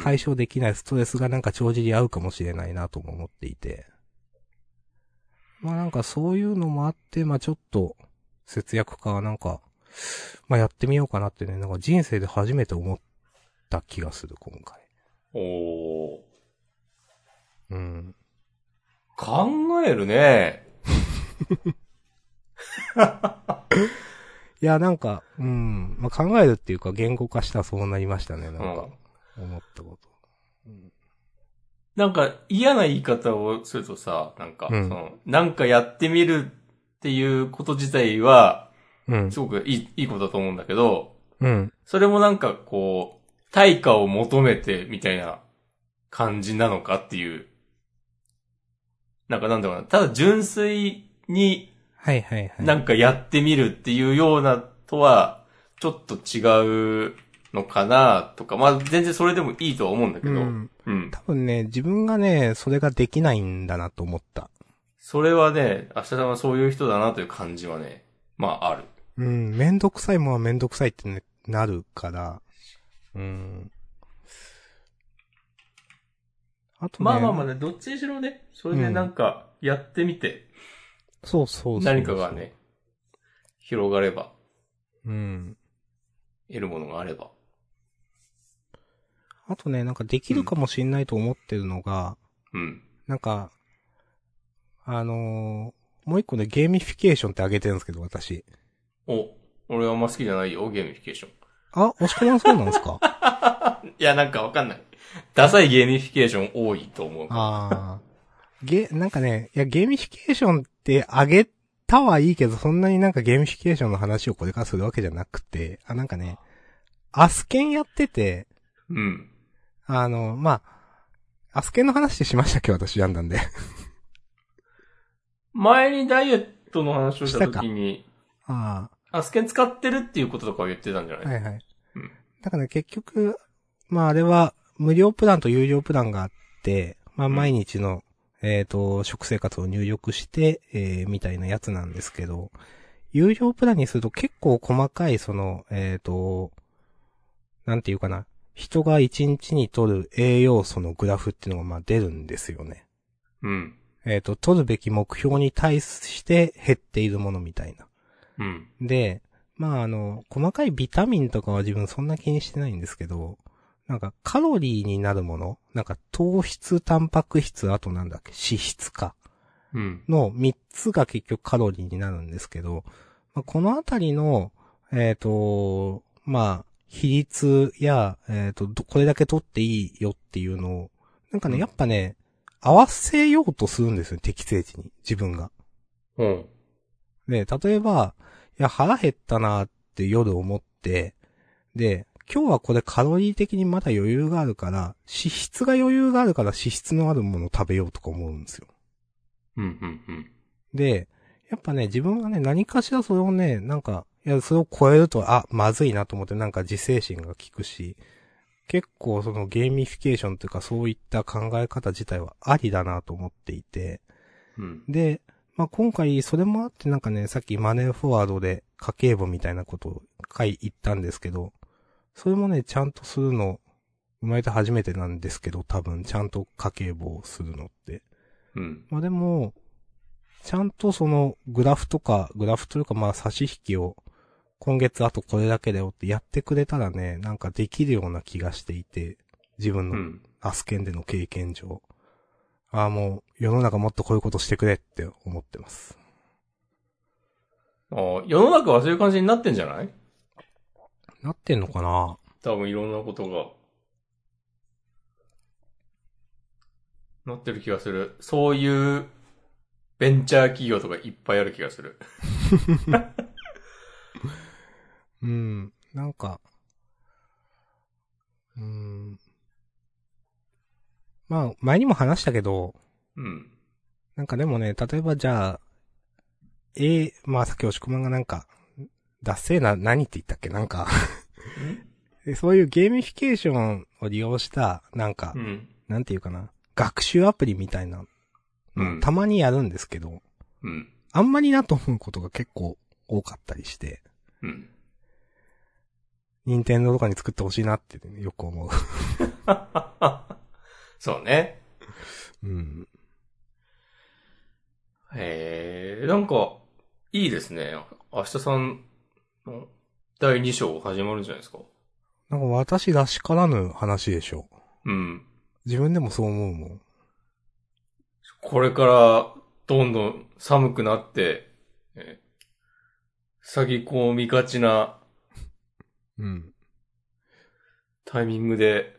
解消できないストレスがなんか帳尻合うかもしれないなとも思っていて。まあなんかそういうのもあって、まあちょっと節約家はなんか、まあやってみようかなってね、なんか人生で初めて思った気がする、今回。おー。うん。考えるね。いや、なんか、うん。まあ考えるっていうか言語化したらそうなりましたね、なんうんか。。思ったこと。なんか嫌な言い方をするとさ、なんか、うんその、なんかやってみるっていうこと自体は、うんす。ごくいい、いいことだと思うんだけど、うん。それもなんかこう、対価を求めてみたいな感じなのかっていう。なんかなんだろうな。ただ純粋にはいはいはい。なんかやってみるっていうようなとは、ちょっと違うのかなとか、まあ全然それでもいいとは思うんだけど、う。うんん。多分ね、自分がね、それができないんだなと思った。それはね、明日さんはそういう人だなという感じはね、まあある。うん、めんどくさいもんはめんどくさいって、ね、なるから。うん。あとね、まあまあまあね、どっちにしろね、それでうんなんかやってみて、そうそうそうそう何かが。ね、広がれば、うん。得るものがあれば。あとね、なんかできるかもしんないと思ってるのが、うん。なんか、あのーもう一個ね、ゲーミフィケーションってあげてるんですけど、私。お、俺はあんま好きじゃないよ、ゲーミフィケーション。あ、押し込まんそうなんですかあいや、なんかわかんない。ダサいゲーミフィケーション多いと思う。あー。ゲ、なんかね、いや、ゲーミフィケーションってあげたはいいけど、そんなになんかゲーミフィケーションの話をこれからするわけじゃなくて、あ、なんかね、アスケンやってて、うん。あの、まあ、アスケンの話ってしましたっけ私やんだんで。前にダイエットの話をしたしたか時に、あアスケン使ってるっていうこととかを言ってたんじゃあ、ない、はいはい。うんだからね、結局、まああれは、無料プランと有料プランがあって、まあうん毎日の、えっ、と、食生活を入力して、えー、みたいなやつなんですけど、有料プランにすると結構細かい、その、えっ、と、なんていうかな、人が1日に取る栄養素のグラフっていうのがまあ出るんですよね。うん。えっ、と、取るべき目標に対して減っているものみたいな。うん。で、まああの、細かいビタミンとかは自分そんな気にしてないんですけど、なんかカロリーになるもの、なんか糖質、タンパク質、あとなんだっけ、脂質か。うん。の3つが結局カロリーになるんですけど、まあ、このあたりの、えっ、と、まあ、比率や、えっ、と、どこれだけ取っていいよっていうのを、なんかね、うんやっぱね、合わせようとするんですよ、適正値に、自分が。うん。で、例えば、いや、腹減ったなーって夜思って、で、今日はこれカロリー的にまだ余裕があるから、脂質が余裕があるから脂質のあるものを食べようとか思うんですよ。うん、うん、うん。で、やっぱね、自分がね、何かしらそれをね、なんか、いや、それを超えると、あ、まずいなと思って、なんか自制心が効くし、結構そのゲーミフィケーションというかそういった考え方自体はありだなと思っていて、うん。で、まあ、今回それもあってなんかね、さっきマネーフォワードで家計簿みたいなことを回言ったんですけど、それもね、ちゃんとするの、生まれて初めてなんですけど、多分、ちゃんと家計簿をするのって。うん。まあでも、ちゃんとそのグラフとか、グラフというかまあ差し引きを、今月あとこれだけだよってやってくれたらね、なんかできるような気がしていて、自分うのん。アスケンでの経験上。ああもう、世の中もっとこういうことしてくれって思ってます。ああ、世の中はそういう感じになってんじゃないなってんのかな多分いろんなことが。なってる気がする。そういうベンチャー企業とかいっぱいある気がする。うん、なんか、うん。まあ、前にも話したけど、うん。なんかでもね、例えばじゃあ、A、まあさっき押し込まんがなんか、ダッセーな、何って言ったっけなんか [LAUGHS] で、そういうゲーミフィケーションを利用した、なんか、うん。なんていうかな、学習アプリみたいな、うんたまにやるんですけど、うん。あんまりなと思うことが結構多かったりして、うん。 [LAUGHS] 任天堂とかに作ってほしいなってね、よく思う。そうね。うん。へえ、なんか、いいですね。明日さんの第2章始まるんじゃないですか。なんか私らしからぬ話でしょ。うん。自分でもそう思うもん。これから、どんどん寒くなって、え詐欺込みがちなうん。タイミングで、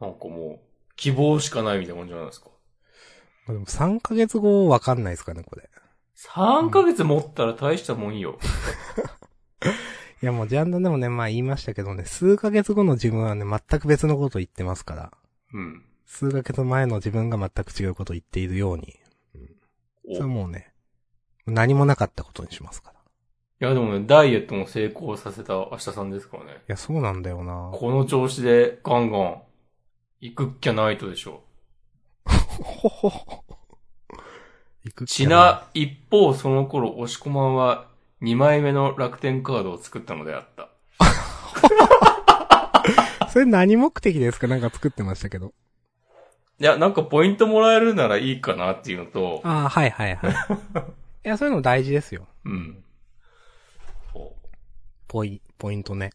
なんかもう、希望しかないみたいな感じじゃないですか。まあでも3ヶ月後わかんないですかね、これ。 3ヶ月持ったら大したもんよ。いやもうジャンダンでもね、まあ言いましたけどね、数ヶ月後の自分はね、全く別のことを言ってますから。うん。数ヶ月前の自分が全く違うことを言っているように。それはおいもうね、何もなかったことにしますから。いやでもね、ダイエットも成功させた明日さんですからね。や、そうなんだよ [LAUGHS] なこの調子でガンガン行くっきゃないとでしょほほほ。行くう。っちきゃな、一方その頃、押し込まんは2枚目の楽天カードを作ったのであった。それ何目的ですかなんか作ってましたけど。いや、なんかポイントもらえるならいいかなっていうのと、ああ、はいはいはい。い [LAUGHS] や、そういうの大事ですよ。うん。そうポイ、ポイントね。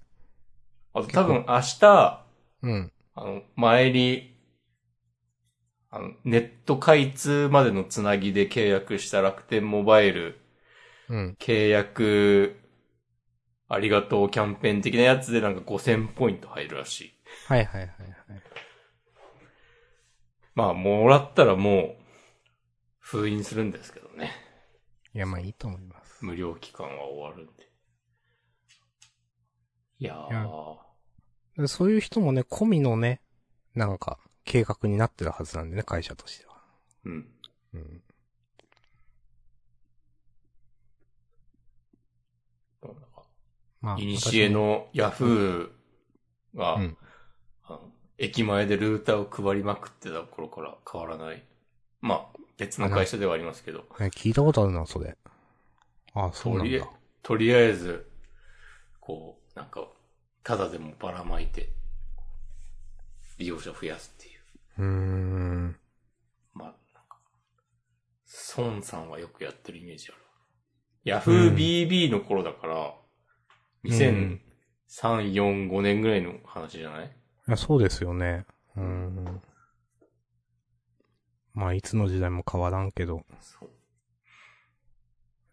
あと多分明日、うん。あの、前に、あの、ネット開通までのつなぎで契約した楽天モバイル、うん。契約、ありがとうキャンペーン的なやつでなんか5000ポイント入るらしい。はいはいはいはい。まあ、もらったらもう、封印するんですけどね。いや、まあいいと思います。無料期間は終わるんで。いやー。いやそういう人もね、込みのね、なんか、計画になってるはずなんでね、会社としては。うん。うん。まいにしえ。のヤフーが、うんあの駅前でルーターを配りまくってた頃から変わらない。まあ、別の会社ではありますけど。私ね聞いたことあるな、それ。あそうとなんりだあ。とりあえず、こう、なんか、ただでもばらまいて、利用者増やすっていう。うーん。まあ、なんか、孫さんはよくやってるイメージある。ヤフー BB の頃だから、ん2003、4、5年ぐらいの話じゃないいや、そうですよね。うん。まあ、いつの時代も変わらんけど。そう。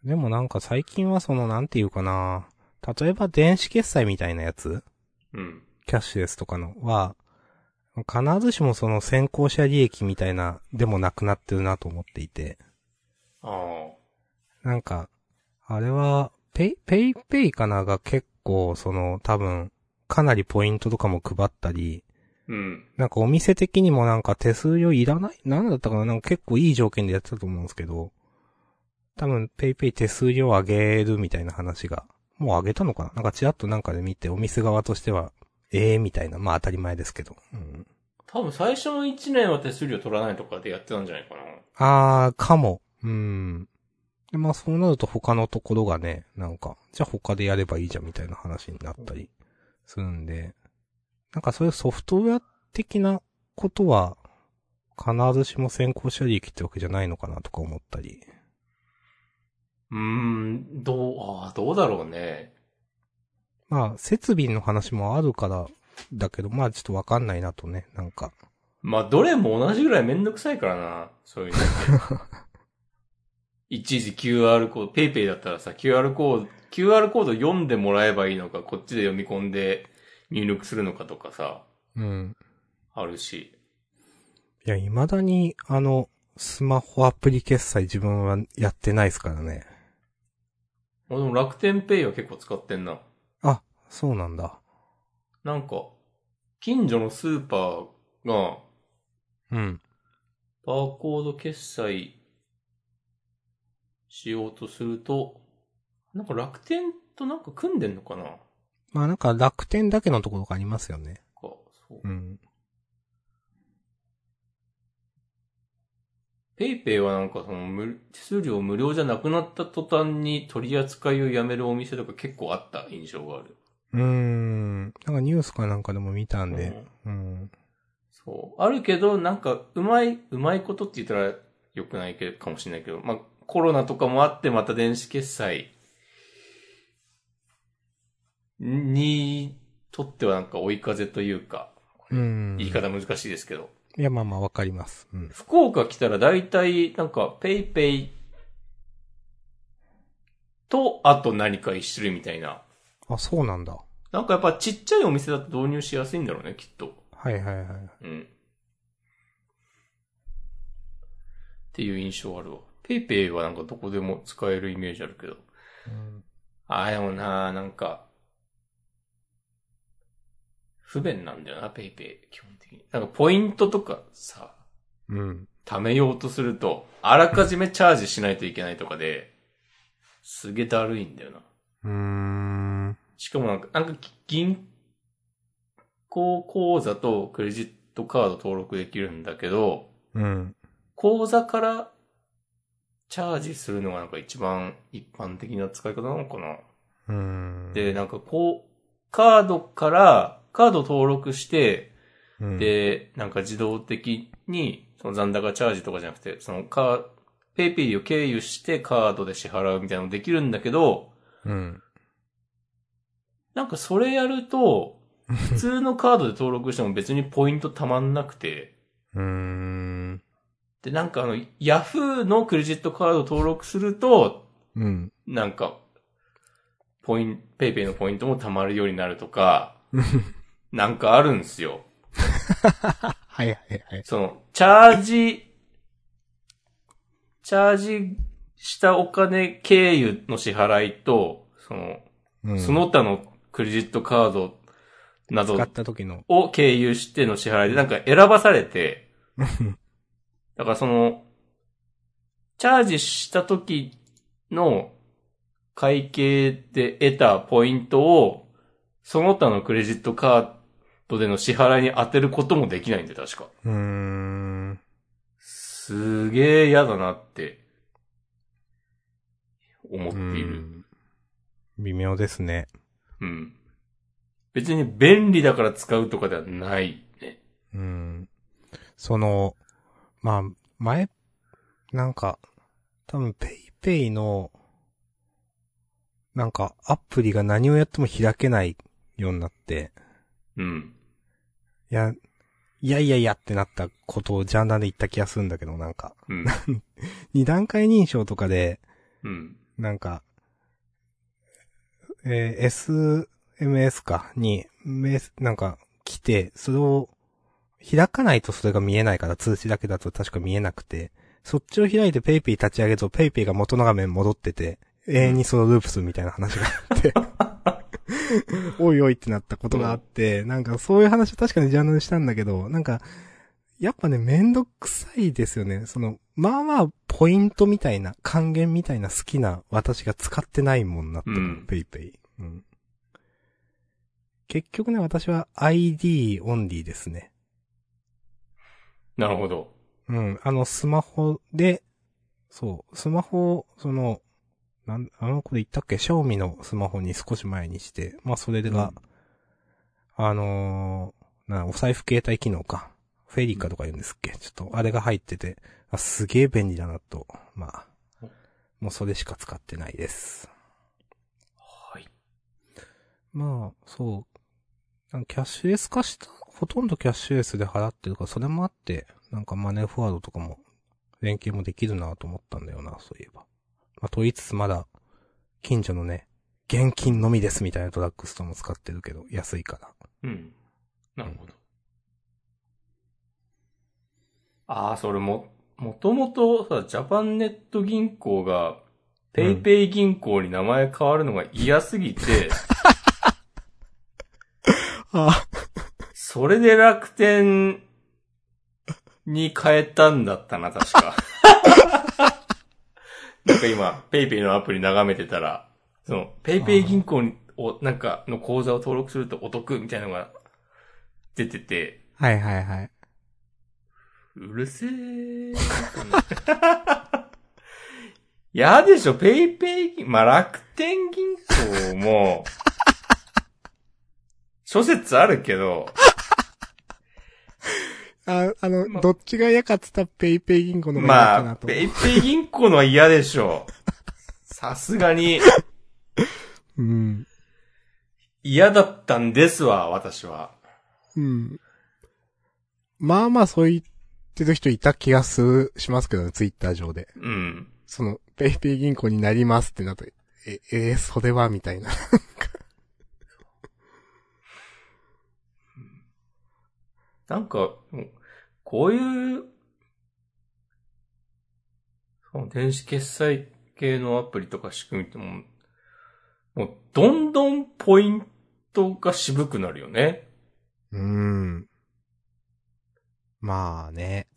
でもなんか最近はその、なんていうかな。例えば電子決済みたいなやつうん。キャッシュレスとかのは、必ずしもその先行者利益みたいな、でもなくなってるなと思っていて。ああ。なんか、あれは、ペイ、ペイペイかなが結構、その、多分、かなりポイントとかも配ったり、うん。なんかお店的にもなんか手数料いらないなんだったかななんか結構いい条件でやってたと思うんですけど、多分ペイペイ手数料上げるみたいな話が、もう上げたのかななんかちらっとなんかで見て、お店側としては、ええみたいな、まあ当たり前ですけど。うん、多分最初の1年は手数料取らないとかでやってたんじゃないかな。あー、かも。うん。で、まあそうなると他のところがね、なんか、じゃあ他でやればいいじゃんみたいな話になったりするんで、なんかそういうソフトウェア的なことは、必ずしも先行者利益ってわけじゃないのかなとか思ったり。うーん、どう、ああ、どうだろうね。まあ、設備の話もあるから、だけど、まあちょっとわかんないなとね、なんか。まあ、どれも同じぐらいめんどくさいからな。そういうのって。 [LAUGHS] 一時 QR コード、ペイペイだったらさ、QR コード、QR コード読んでもらえばいいのか、こっちで読み込んで入力するのかとかさ、うん。あるし。いや、未だに、あの、スマホアプリ決済自分はやってないですからね。俺でも楽天ペイは結構使ってんな。あ、そうなんだ。なんか、近所のスーパーが、うん。バーコード決済しようとすると、なんか楽天となんか組んでんのかななんか、まあなんか楽天だけのところがありますよね。そう。ん。ペイペイはなんかその無手数料無料じゃなくなった途端に取り扱いをやめるお店とか結構あった印象がある。うーん。なんかニュースかなんかでも見たんうで。んうん。そう。あるけど、なんかうまい、うまいことって言ったら良くないけどかもしれないけど、まあコロナとかもあってまた電子決済にとってはなんか追い風というか、うん。言い方難しいですけど。いや、まあまあわかります。うん。福岡来たら大体、なんか、ペイペイと、あと何か一種類みたいな。あ、そうなんだ。なんかやっぱちっちゃいお店だと導入しやすいんだろうね、きっと。はいはいはい。うん。っていう印象あるわ。ペイペイはなんかどこでも使えるイメージあるけど。うん、ああ、でもな、なんか、不便なんだよな、ペイペイ、基本的に。なんかポイントとかさ、うん。貯めようとすると、あらかじめチャージしないといけないとかで、すげえだるいんだよな。うーん。しかもなんか、なんかき銀行口座とクレジットカード登録できるんだけど、うん。口座からチャージするのがなんか一番一般的な使い方なのかな。うん。で、なんかこう、カードから、カード登録して、うん、で、なんか自動的に、その残高チャージとかじゃなくて、そのカー、ペイペイを経由してカードで支払うみたいなのできるんだけど、うん。なんかそれやる [LAUGHS] と、普通のカードで登録しても別にポイントたまんなくて、うーん。で、なんかあの、ヤフーのクレジットカード登録すると、うん。なんか、ポイント、ペイペイのポイントも貯まるようになると [LAUGHS] か、なんかあるんですよ。はいはいはい。その、チャージ、チャージしたお金経由の支払いと、その、うん、その他のクレジットカードなど使った時の。を経由しての支払いでなんか選ばされ [LAUGHS] て、だからその、チャージした時の会計で得たポイントを、その他のクレジットカードでの支払いに当てることもできないんで、確か。うーん。すげえ嫌だなって、思ってういる。ん。微妙ですね。うん。別に便利だから使うとかではないね。うん。その、まあ、前、なんか、多分ペイペイの、なんかアプリが何をやっても開けないようになって、うん。いや、いやいやいやってなったことをジャンダーで言った気がするんだけど、なんか。うん。二段階認証とかで、うん。なんか、えー SMS か、に、メスなんか、来て、それを、開かないとそれが見えないから、通知だけだと確か見えなくて、そっちを開いて PayPay 立ち上げると、PayPay が元の画面に戻ってて、永遠にそのループするみたいな話があって、 [LAUGHS] おいおいってなったことがあって、なんかそういう話を確かにジャンルにしたんだけど、なんか、やっぱね、めんどくさいですよね。その、まあまあ、ポイントみたいな、還元みたいな好きな私が使ってないもんなって思う、うんペイペイ。うん。結局ね、私は ID オンリーですね。なるほど。うん、あの、スマホで、そう、スマホを、その、なん、あの、これ言ったっけ賞味のスマホに少し前にして、まあ、それが、あのーな、お財布携帯機能か。フェリカとか言うんですっけちょっと、あれが入ってて、あすげえ便利だなと、まあ、もうそれしか使ってないです。はい。まあ、そう。なんかキャッシュレス化した、ほとんどキャッシュレスで払ってるから、それもあって、なんかマネーフォワードとかも、連携もできるなと思ったんだよな、そういえば。まあ、と言いつつまだ、近所のね、現金のみですみたいなドラッグストアも使ってるけど、安いから。うん。なるほど。ああ、それも、もともとさ、ジャパンネット銀行が、ペイペイ銀行に名前変わるのが嫌すぎて、 [LAUGHS] あそれで楽天に変えたんだったな、確か。なんか今、ペイペイのアプリ眺めてたら、その、ペイペイ銀行に、をなんか、の口座を登録するとお得みたいなのが出てて、はいはいはい。うるせえ。やでしょ、ペイペイ銀、まあ、楽天銀行も、諸説あるけど、あ、あの、まどっちが嫌かっつったらペイペイ銀行の方が嫌かまなあ、と。ペイペイ銀行のは嫌でしょう。さすがにうん。嫌だったんですわ、私は。うん。まあまあそう言ってる人いた気がする、しますけどね、ツイッター上で。うん。その、ペイペイ銀行になりますってなったえ、えー、それはみたいな。なんか、こういう、その電子決済系のアプリとか仕組みってもう、もうどんどんポイントが渋くなるよね。うーん。まあね。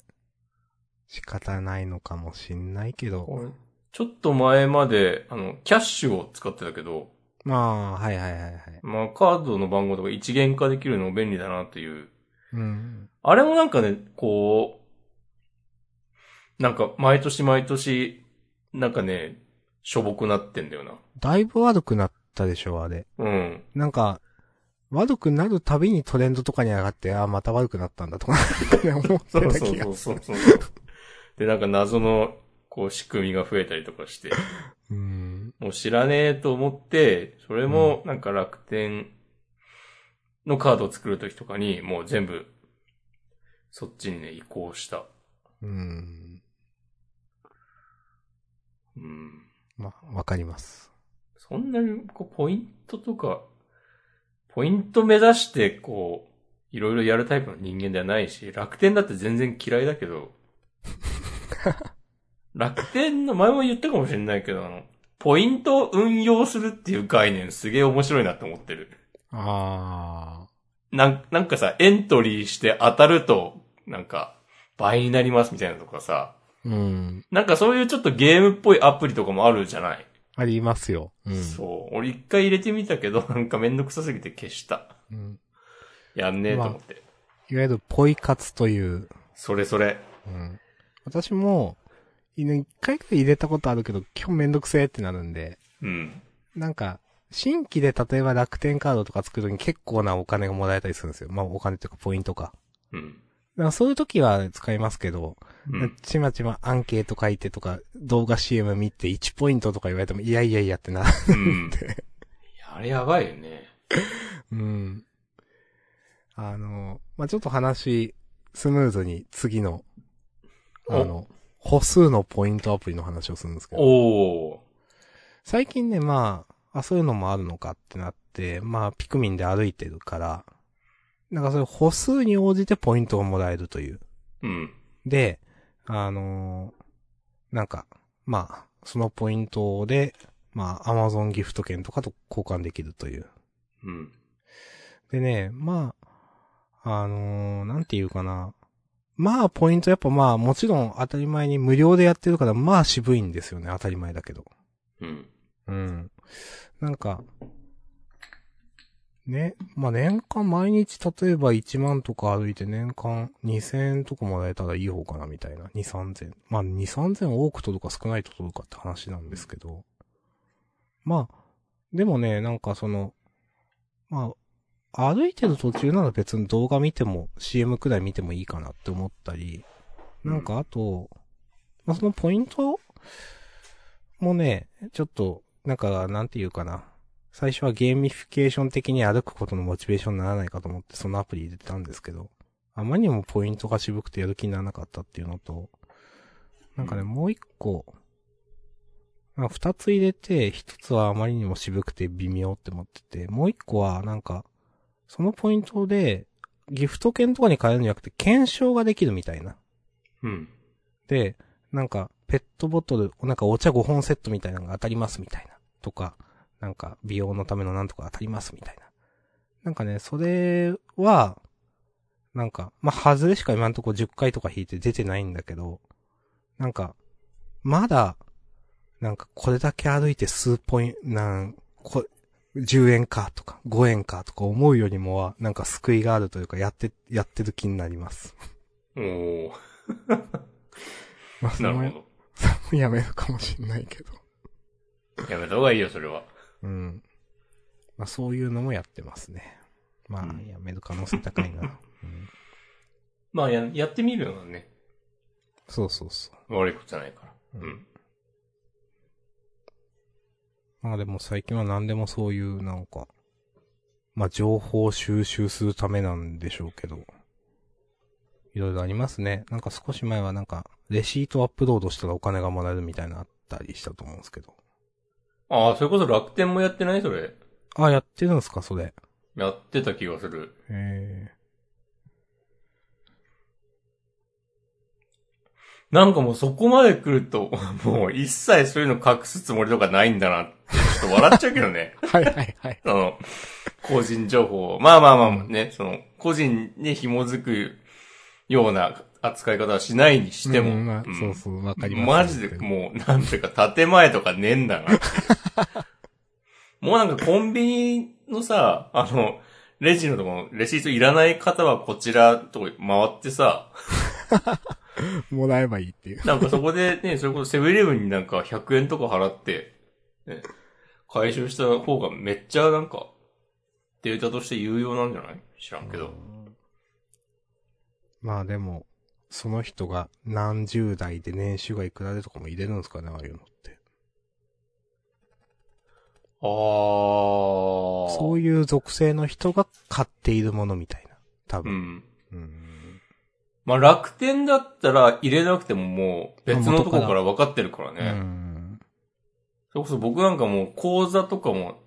仕方ないのかもしんないけど。俺ちょっと前まで、あの、キャッシュを使ってたけど、まあ、はいはいはいはい。まあカードの番号とか一元化できるのも便利だなといううん。あれもなんかね、こう、なんか毎年毎年、なんかね、しょぼくなってんだよな。だいぶ悪くなったでしょ、あれ。うん。なんか、悪くなるたびにトレンドとかに上がって、ああ、また悪くなったんだとか、なんかね思ってそうたそ気うそがうすそうる。そう。で、なんか謎の、こう仕組みが増えたりとかして、うん。もう知らねえと思って、それもなんか楽天のカードを作るときとかに、もう全部、そっちにね、移行した。うん。うん。まあ、わかります。そんなに、こう、ポイントとか、ポイント目指して、こう、いろいろやるタイプの人間ではないし、楽天だって全然嫌いだけど、楽天の、前も言ったかもしれないけど、あの、ポイントを運用するっていう概念すげえ面白いなって思ってる。ああ。なん、なんかさ、エントリーして当たると、なんか、倍になりますみたいなのとかさ、うん。なんかそういうちょっとゲームっぽいアプリとかもあるじゃないありますよ。うん。そう。俺一回入れてみたけど、 [LAUGHS] なんかめんどくさすぎて消した。うんやんねえと思って。いわゆるポイ活という、それそれ。うん、私も、いね一回くらい入れたことあるけど、基本めんどくせえってなるんで、うん。なんか、新規で例えば楽天カードとか作るのに結構なお金がもらえたりするんですよ。まあお金というかポイントか。うん。だからそういう時は使いますけど、 [LAUGHS] うん、ちまちまアンケート書いてとか、動画 CM 見て1ポイントとか言われても、いやいやいやってな。うん。いやあれやばいよね。うん。あの、まあ、ちょっと話、スムーズに次の、あの、歩数のポイントアプリの話をするんですけど、おー。最近ね、まあ、あ、そういうのもあるのかってなって、まあ、ピクミンで歩いてるから、なんかそういう歩数に応じてポイントをもらえるという。うん。で、あのーなんか、まあ、そのポイントで、まあ、アマゾンギフト券とかと交換できるという。うん。でね、まあ、あのーなんていうかな。まあ、ポイントやっぱまあ、もちろん当たり前に無料でやってるから、まあ渋いんですよね、当たり前だけど。うん。うん。なんか、ね、まあ、年間毎日例えば1万とか歩いて年間2000円とかもらえたらいい方かなみたいな。2、3000。まあ、2、3000多く取るか少ないと取るかって話なんですけど。まあ、でもね、なんかその、まあ、歩いてる途中なら別に動画見ても CM くらい見てもいいかなって思ったり、なんかあと、まあ、そのポイントもね、ちょっと、なんか、なんていうかな。最初はゲーミフィケーション的に歩くことのモチベーションにならないかと思ってそのアプリ入れてたんですけど、あまりにもポイントが渋くてやる気にならなかったっていうのと、なんかね、うんもう一個、なんか二つ入れて、一つはあまりにも渋くて微妙って思ってて、もう一個はなんか、そのポイントで、ギフト券とかに変えるんじゃなくて、検証ができるみたいな。うん。で、なんか、ペットボトル、なんかお茶5本セットみたいなのが当たりますみたいな。とか、なんか、美容のためのなんとか当たりますみたいな。なんかね、それは、なんか、まあ、外れしか今んとこ10回とか引いて出てないんだけど、なんか、まだ、なんかこれだけ歩いて数ポイント、なん、こ10円かとか、5円かとか思うよりもは、なんか救いがあるというか、やって、やってる気になります。おー。 [LAUGHS] まあ [LAUGHS] なるほそれも [LAUGHS] やめるかもしんないけど。ど。やめた方がいいよ、それは。うん。まあそういうのもやってますね。うまあ、んやめる可能性高いな。うん、まあ、や、やってみるのはね、 [LAUGHS] そうそうそ悪いことじゃないから。う、うん。まあでも最近は何でもそういうなんか、まあ情報を収集するためなんでしょうけど、いろいろありますね。なんか少し前はなんか、レシートアップロードしたらお金がもらえるみたいなのあったりしたと思うんですけど。ああ、それこそ楽天もやってないそれ。あ、やってるんですか、それ。やってた気がする。えなんかもうそこまで来ると、 [LAUGHS] もう一切そういうの隠すつもりとかないんだなって、ちょっと笑っちゃうけどね。ー、はいはい [LAUGHS] はい。その、個人情報をまあまあまあね、その、個人に紐づくような扱い方はしないにしても。うんまあうんそうそう、わかります。マジでもう、なんていうか、建前とかねえんだなって。もうなんかコンビニのさ、あの、レジのところ、レシートいらない方はこちらとか回ってさ、 [LAUGHS] もらえばいいっていう。なんかそこでね、 [LAUGHS] それこそセブンイレブンになんか100円とか払って、ね、回収した方がめっちゃなんか、データとして有用なんじゃない知らんけど。まあでも、その人が何十代で年収がいくらでとかも入れるんですかね、ああいうのって。あー。そういう属性の人が買っているものみたいな。多う分。ん。うん。まあ楽天だったら入れなくてももう別のとこから分かってるからうね。ん。それこそ僕なんかもう講座とかも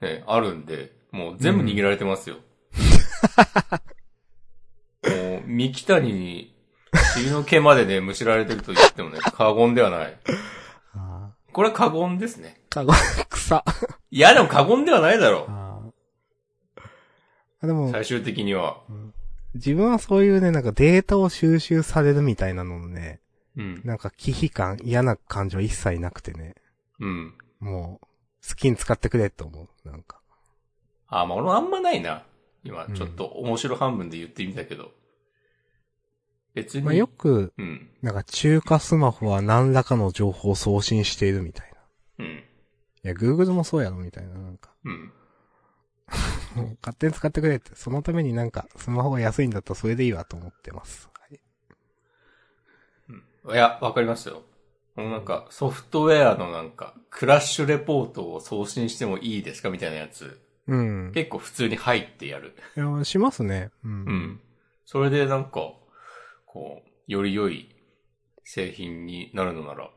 ね、あるんで、もう全部握られてますよ。 [LAUGHS] もう、三木谷に尻の毛までね、むしられてると言ってもね、過言ではない。あこれは過言ですね。あ。かご、草。あいや、でも過言ではないだろあ。あでう。も、最終的には。自分はそういうね、なんかデータを収集されるみたいなののね、うん。なんか忌避感、嫌な感情一切なくてね、うん。もう、好きに使ってくれと思う。なんか。あ、まあ俺もあんまないな。今、ちょっと面白半分で言ってみたけど。別に。まあよく、うん。なんか中華スマホは何らかの情報を送信しているみたいな。うん。いや、Google もそうやろみたいな、なんか。うん。もう勝手に使ってくれって。そのためになんか、スマホが安いんだったらそれでいいわと思ってます。はい。いや、わかりますよ。もうなんか、ソフトウェアのなんか、クラッシュレポートを送信してもいいですかみたいなやつ。うん。結構普通に入ってやる。いや、しますね。うん。うん。それでなんか、こう、より良い製品になるのなら、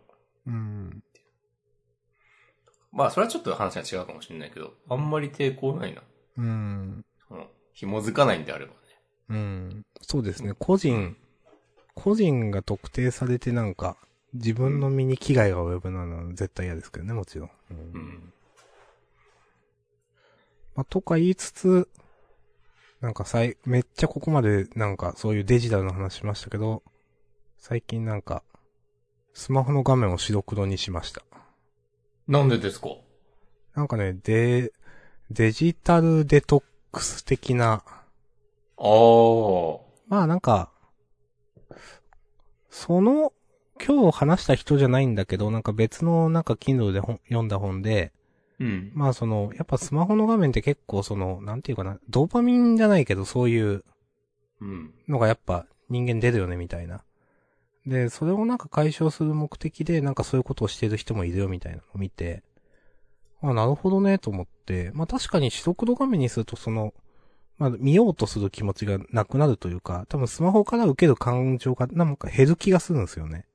うん。まあそれはちょっと話が違うかもしれないけど、あんまり抵抗ないな。うん。その、紐づかないんであればね。うん。そうですね。個人、個人が特定されてなんか、自分の身に危害が及ぶのは絶対嫌ですけどね、もちろん。うんうん。まあ、とか言いつつ、なんかさい、めっちゃここまでなんかそういうデジタルの話しましたけど、最近なんか、スマホの画面を白黒にしました。なんでですかなんかね、で、デジタルデトックス的な、ああ。まあなんか、その、今日話した人じゃないんだけど、なんか別のなんか Kindle で本読んだ本で、うん。まあその、やっぱスマホの画面って結構その、なんていうかな、ドーパミンじゃないけどそういううん。のがやっぱ人間出るよねみたいな。で、それをなんか解消する目的でなんかそういうことをしてる人もいるよみたいなのを見て、あ、なるほどねと思って、まあ確かに白黒画面にするとその、まあ見ようとする気持ちがなくなるというか、多分スマホから受ける感情がなんか減る気がするんですよね。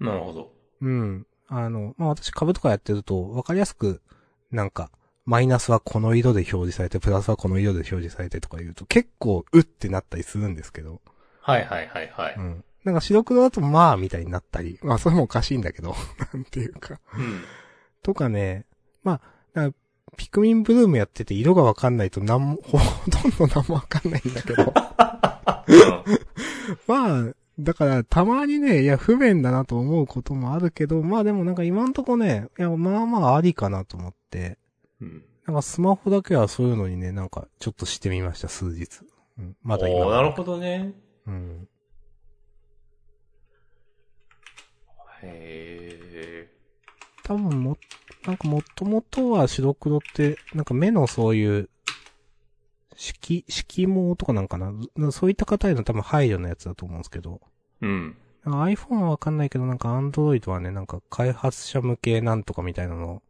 なるほど。うん。あの、まあ、私株とかやってると、わかりやすく、なんか、マイナスはこの色で表示されて、プラスはこの色で表示されてとか言うと、結構、うってなったりするんですけど、はいはいはいはい。うん。なんか白黒だと、まあ、みたいになったり、まあ、それもおかしいんだけど、 [LAUGHS] なんていうか。うん。とかね、まあ、なんかピクミンブルームやってて色がわかんないとなんも、 [LAUGHS] ほとんどなんもわかんないんだけど。 [LAUGHS] まあ、だから、たまにね、いや、不便だなと思うこともあるけど、まあでもなんか今んとこね、いや、まあまあありかなと思って、うん。なんかスマホだけはそういうのにね、なんかちょっとしてみました、数日。うん、まだ今おは。ーなるほどね。うん。へえ。多分も、なんかもともとは白黒って、なんか目のそういう、色、色網とかなんかな、そういった方への多分配慮のやつだと思うんですけど、うん。 iPhone はわかんないけど、なんか Android はね、なんか開発者向けなんとかみたいなのを、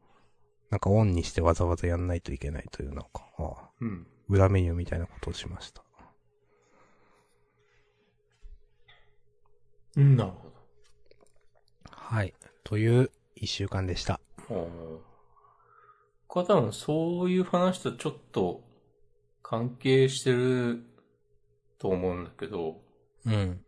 なんかオンにしてわざわざやんないといけないという、なんか、ああうん。裏メニューみたいなことをしました。うん、なるほはい。という、一週間でした。ど。お僕は多分そういう話とちょっと関係してると思うんだけど、うん。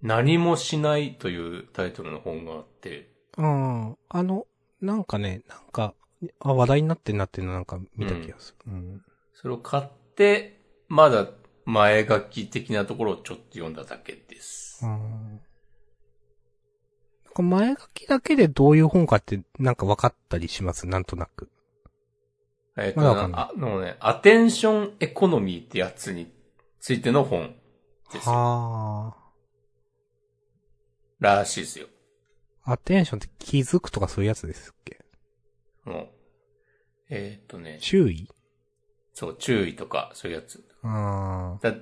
何もしないというタイトルの本があって、うん。あの、なんかね、なんか、あ、話題になってんなっていうのなんか見た気がする。うん。それを買って、まだ前書き的なところをちょっと読んだだけです。うんなんか前書きだけでどういう本かって、なんか分かったりします、なんとなく。えっ、と、まだわかんないああのね、アテンションエコノミーってやつについての本ですよ。はあ。らしいですよ。アテンションって気づくとかそういうやつですっけそのえーっとね、注意そう、注意とか、そういうやつ。あだ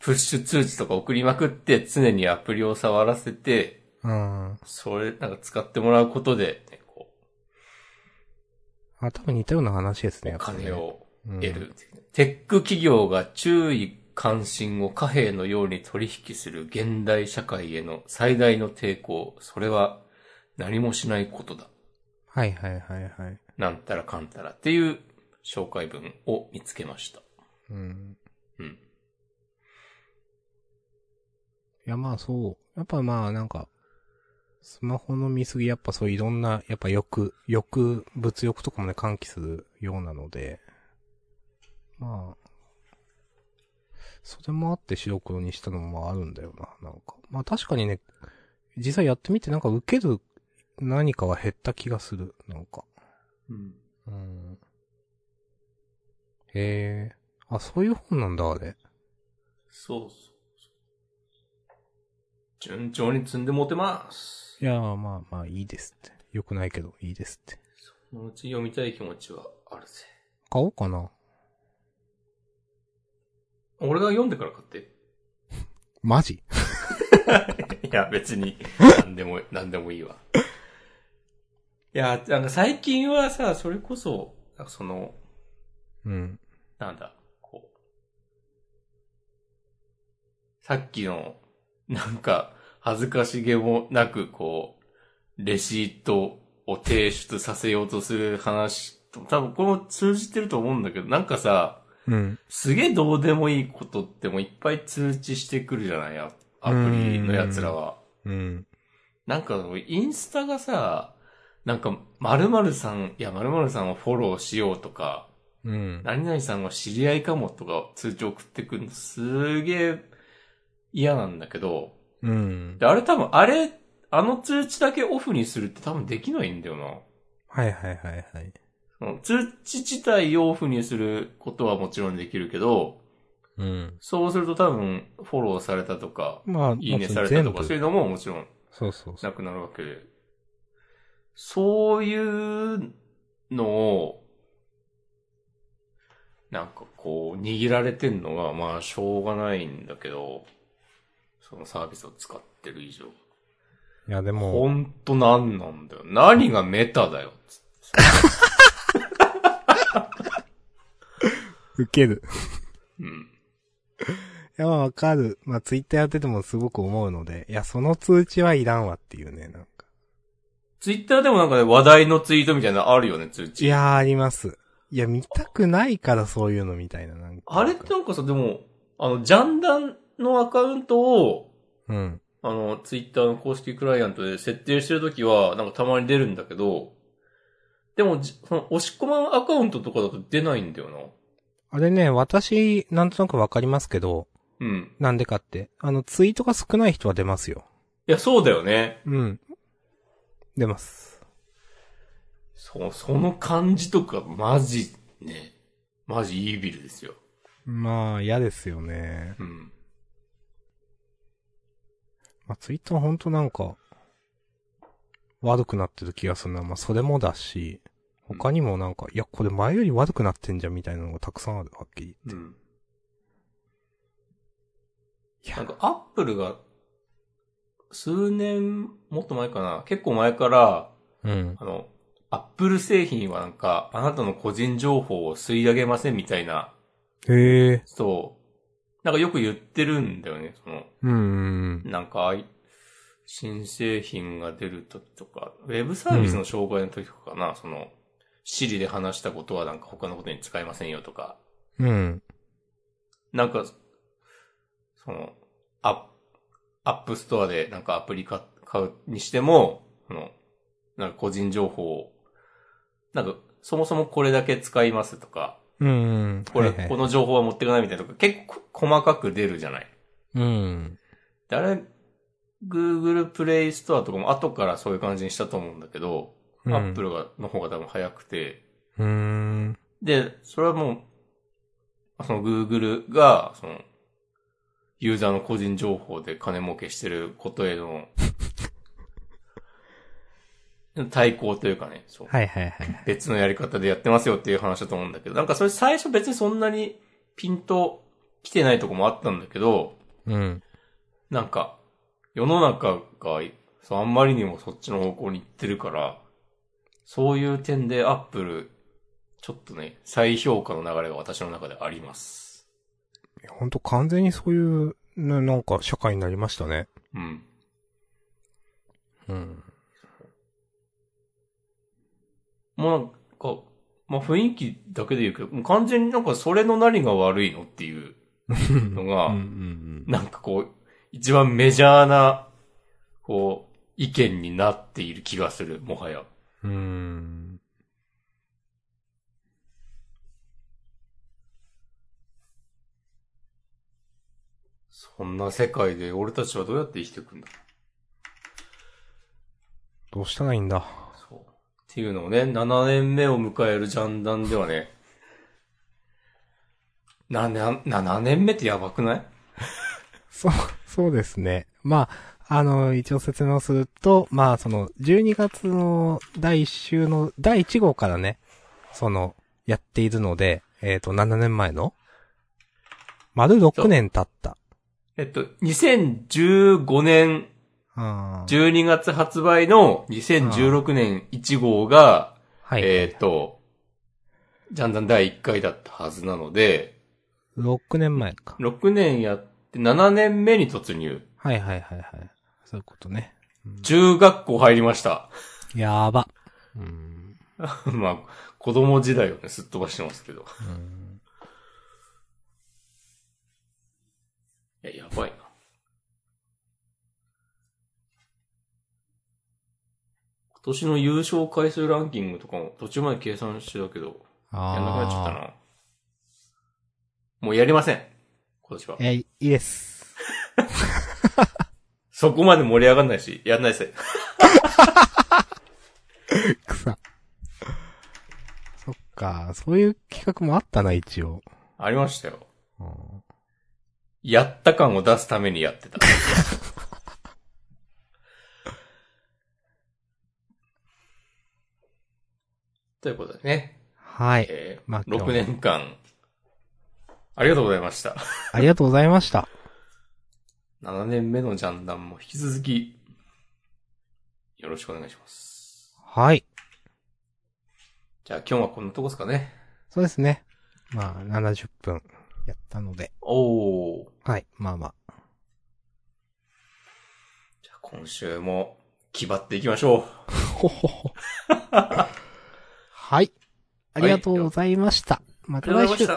プッシュ通知とか送りまくって、常にアプリを触らせて、あ。うん。それ、なんか使ってもらうことで、ね、こあ、多分似たような話ですう、ね。お金を得得る、。テック企業が注意関心を貨幣のように取引する現代社会への最大の抵抗、それは何もしないことだ。はいはいはいはい。なんたらかんたらっていう紹介文を見つけました。うん。うん。いやまあそう。やっぱまあなんか、スマホの見過ぎ、やっぱそういろんな、やっぱ欲、欲、物欲とかもね、喚起するようなので、まあ、それもあって白黒にしたのもまああるんだよな、なんか。まあ確かにね、実際やってみてなんか受ける何かは減った気がする、なんか。うん。うん。へえ。あ、そういう本なんだ、あれ。そうそうそう。順調に積んで持てます。いやー、まあまあ、いいですって。よくないけど、いいですって。そのうち読みたい気持ちはあるぜ。買おうかな。俺が読んでから買って。マジ [LAUGHS] いや、別 [LAUGHS] に、なんでも、なんでもいいわ。いや、なんか最近はさ、それこそ、なんかその、うん。なんだ、こう、さっきの、なんか、恥ずかしげもなく、こう、レシートを提出させようとする話と、多分これも通じてると思うんだけど、なんかさ、うん。すげえどうでもいいことってもういっぱい通知してくるじゃない、アアプリの奴らは。うん。なんか、インスタがさ、なんか、〇〇さん、いや、〇〇さんをフォローしようとか、うん。何々さんが知り合いかもとか通知送ってくるのすげえ嫌なんだけど、うんで。あれ多分あれ、あの通知だけオフにするって多分できないんだよな。はいはいはいはい。その通知自体をオフにすることはもちろんできるけど、うん。そうすると多分フォローされたとか、まあ、いいねされた全と部か、そういうのももちろんそうそうそなう。くなるわけで。そういうのを、なんかこう、握られてんのは、まあ、しょうがないんだけど、そのサービスを使ってる以上。いやでも、ほんとなんなんだよ。何がメタだよ。つ受ける。うん。いや、まあわかる。まあ、ツイッターやっててもすごく思うので、いや、その通知はいらんわっていうね、なんか。ツイッターでもなんかね、話題のツイートみたいなのあるよね、通知。いやー、あります。いや、見たくないからそういうのみたいな、なんか。あれってなんかさ、でも、あの、ジャンダンのアカウントを、うん。あの、ツイッターの公式クライアントで設定してるときは、なんかたまに出るんだけど、でもじ、その、押し込まんアカウントとかだと出ないんだよな。あれね、私、なんとなくわかりますけど、うん。なんでかって。あの、ツイートが少ない人は出ますよ。いや、そうだよね。うん。出ます。そう、その感じとか、マジ、ね。マジイービルですよ。まあ、嫌ですよね。うん。まあ、ツイッターはほんとなんか、悪くなってる気がするな。まあ、それもだし、他にもなんか、いや、これ前より悪くなってんじゃんみたいなのがたくさんある、はっきりう言って。ん。いなんや、か、アップルが、数年、もっと前かな。結構前から、うん。あの、アップル製品はなんか、あなたの個人情報を吸い上げませんみたいなへえ。そう。なんかよく言ってるんだよね、その、うんうんなんかあい、新製品が出る時とか、ウェブサービスの障害の時とかかな、その、Siri で話したことはなんか他のことに使えませんよとか、うん。うん。なんか、その、アップ、アップストアでなんかアプリか買うにしても、その、なんか個人情報を、なんか、そもそもこれだけ使いますとか、うんうん。これ、はいはいこの情報は持ってかないみたいなとか、結構細かく出るじゃない。うん。で、あれ、Google Play Store とかも後からそういう感じにしたと思うんだけど、うん Apple が、の方が多分早くて、うーん。で、それはもう、その Google が、その、ユーザーの個人情報で金儲けしてることへの、 [LAUGHS] 対抗というかね、そう。はいはいはいはい。別のやり方でやってますよっていう話だと思うんだけど、なんかそれ最初別にそんなにピンと来てないとこもあったんだけど、うん。なんか、世の中が、そう、あんまりにもそっちの方向に行ってるから、そういう点でアップル、ちょっとね、再評価の流れが私の中であります。ほんと完全にそういう、ななんか、社会になりましたね。うん。うん。もうなんか、まあ雰囲気だけで言うけど、もう完全になんかそれの何が悪いのって [LAUGHS] いうのが、うんうんなんかこう、一番メジャーな、こう、意見になっている気がする、もはや。うん。うーん。そんな世界で俺たちはどうやって生きていくんだどうしたらいいんだ。 [LAUGHS] そう。っていうのをね、7年目を迎えるジャンダンではね、な、な、7年目ってやばくないそう、そうですね。まあ、あの、一応説明をすると、まあ、その、12月の第1週の第1号からね、その、やっているので、えっ、と、7年前の、丸6年経った。えっと、2015年あー12月発売の2016年1号が、はい。えっと、ジャンダン第1回だったはずなので、 6年前か。 6年やって7年目に突入。はいはいはいはい。そういうことね。中学校入りました。 [LAUGHS] やば。うん。まあ、子供時代をね、すっ飛ばしてますけど。うんいや、やばいな。今年の優勝回数ランキングとかも途中まで計算してたけど、やんなくなっちゃったあな。もうやりません。今年はあ。。え、いいです。そこまで盛り上がんないし、やんないです。草。そっか、そういう企画もあったな、一応。ありましたよ。うんやった感を出すためにやってた。 [LAUGHS] ということでね、はい。えーまあ今日も6年間、ありがとうございました。ありがとうございました。 7年目のジャンダンも引き続き、よろしくお願いします。はい。じゃあ今日はこんなとこですかね。そうですね。まあ、70分やったので。おー。はい。まあまあ。じゃあ今週も、気張っていきましょう。ほほほ。はい。ありがとうございました。また来週。た。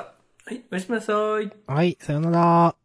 はい、おやすみなさい。はい、さよなら。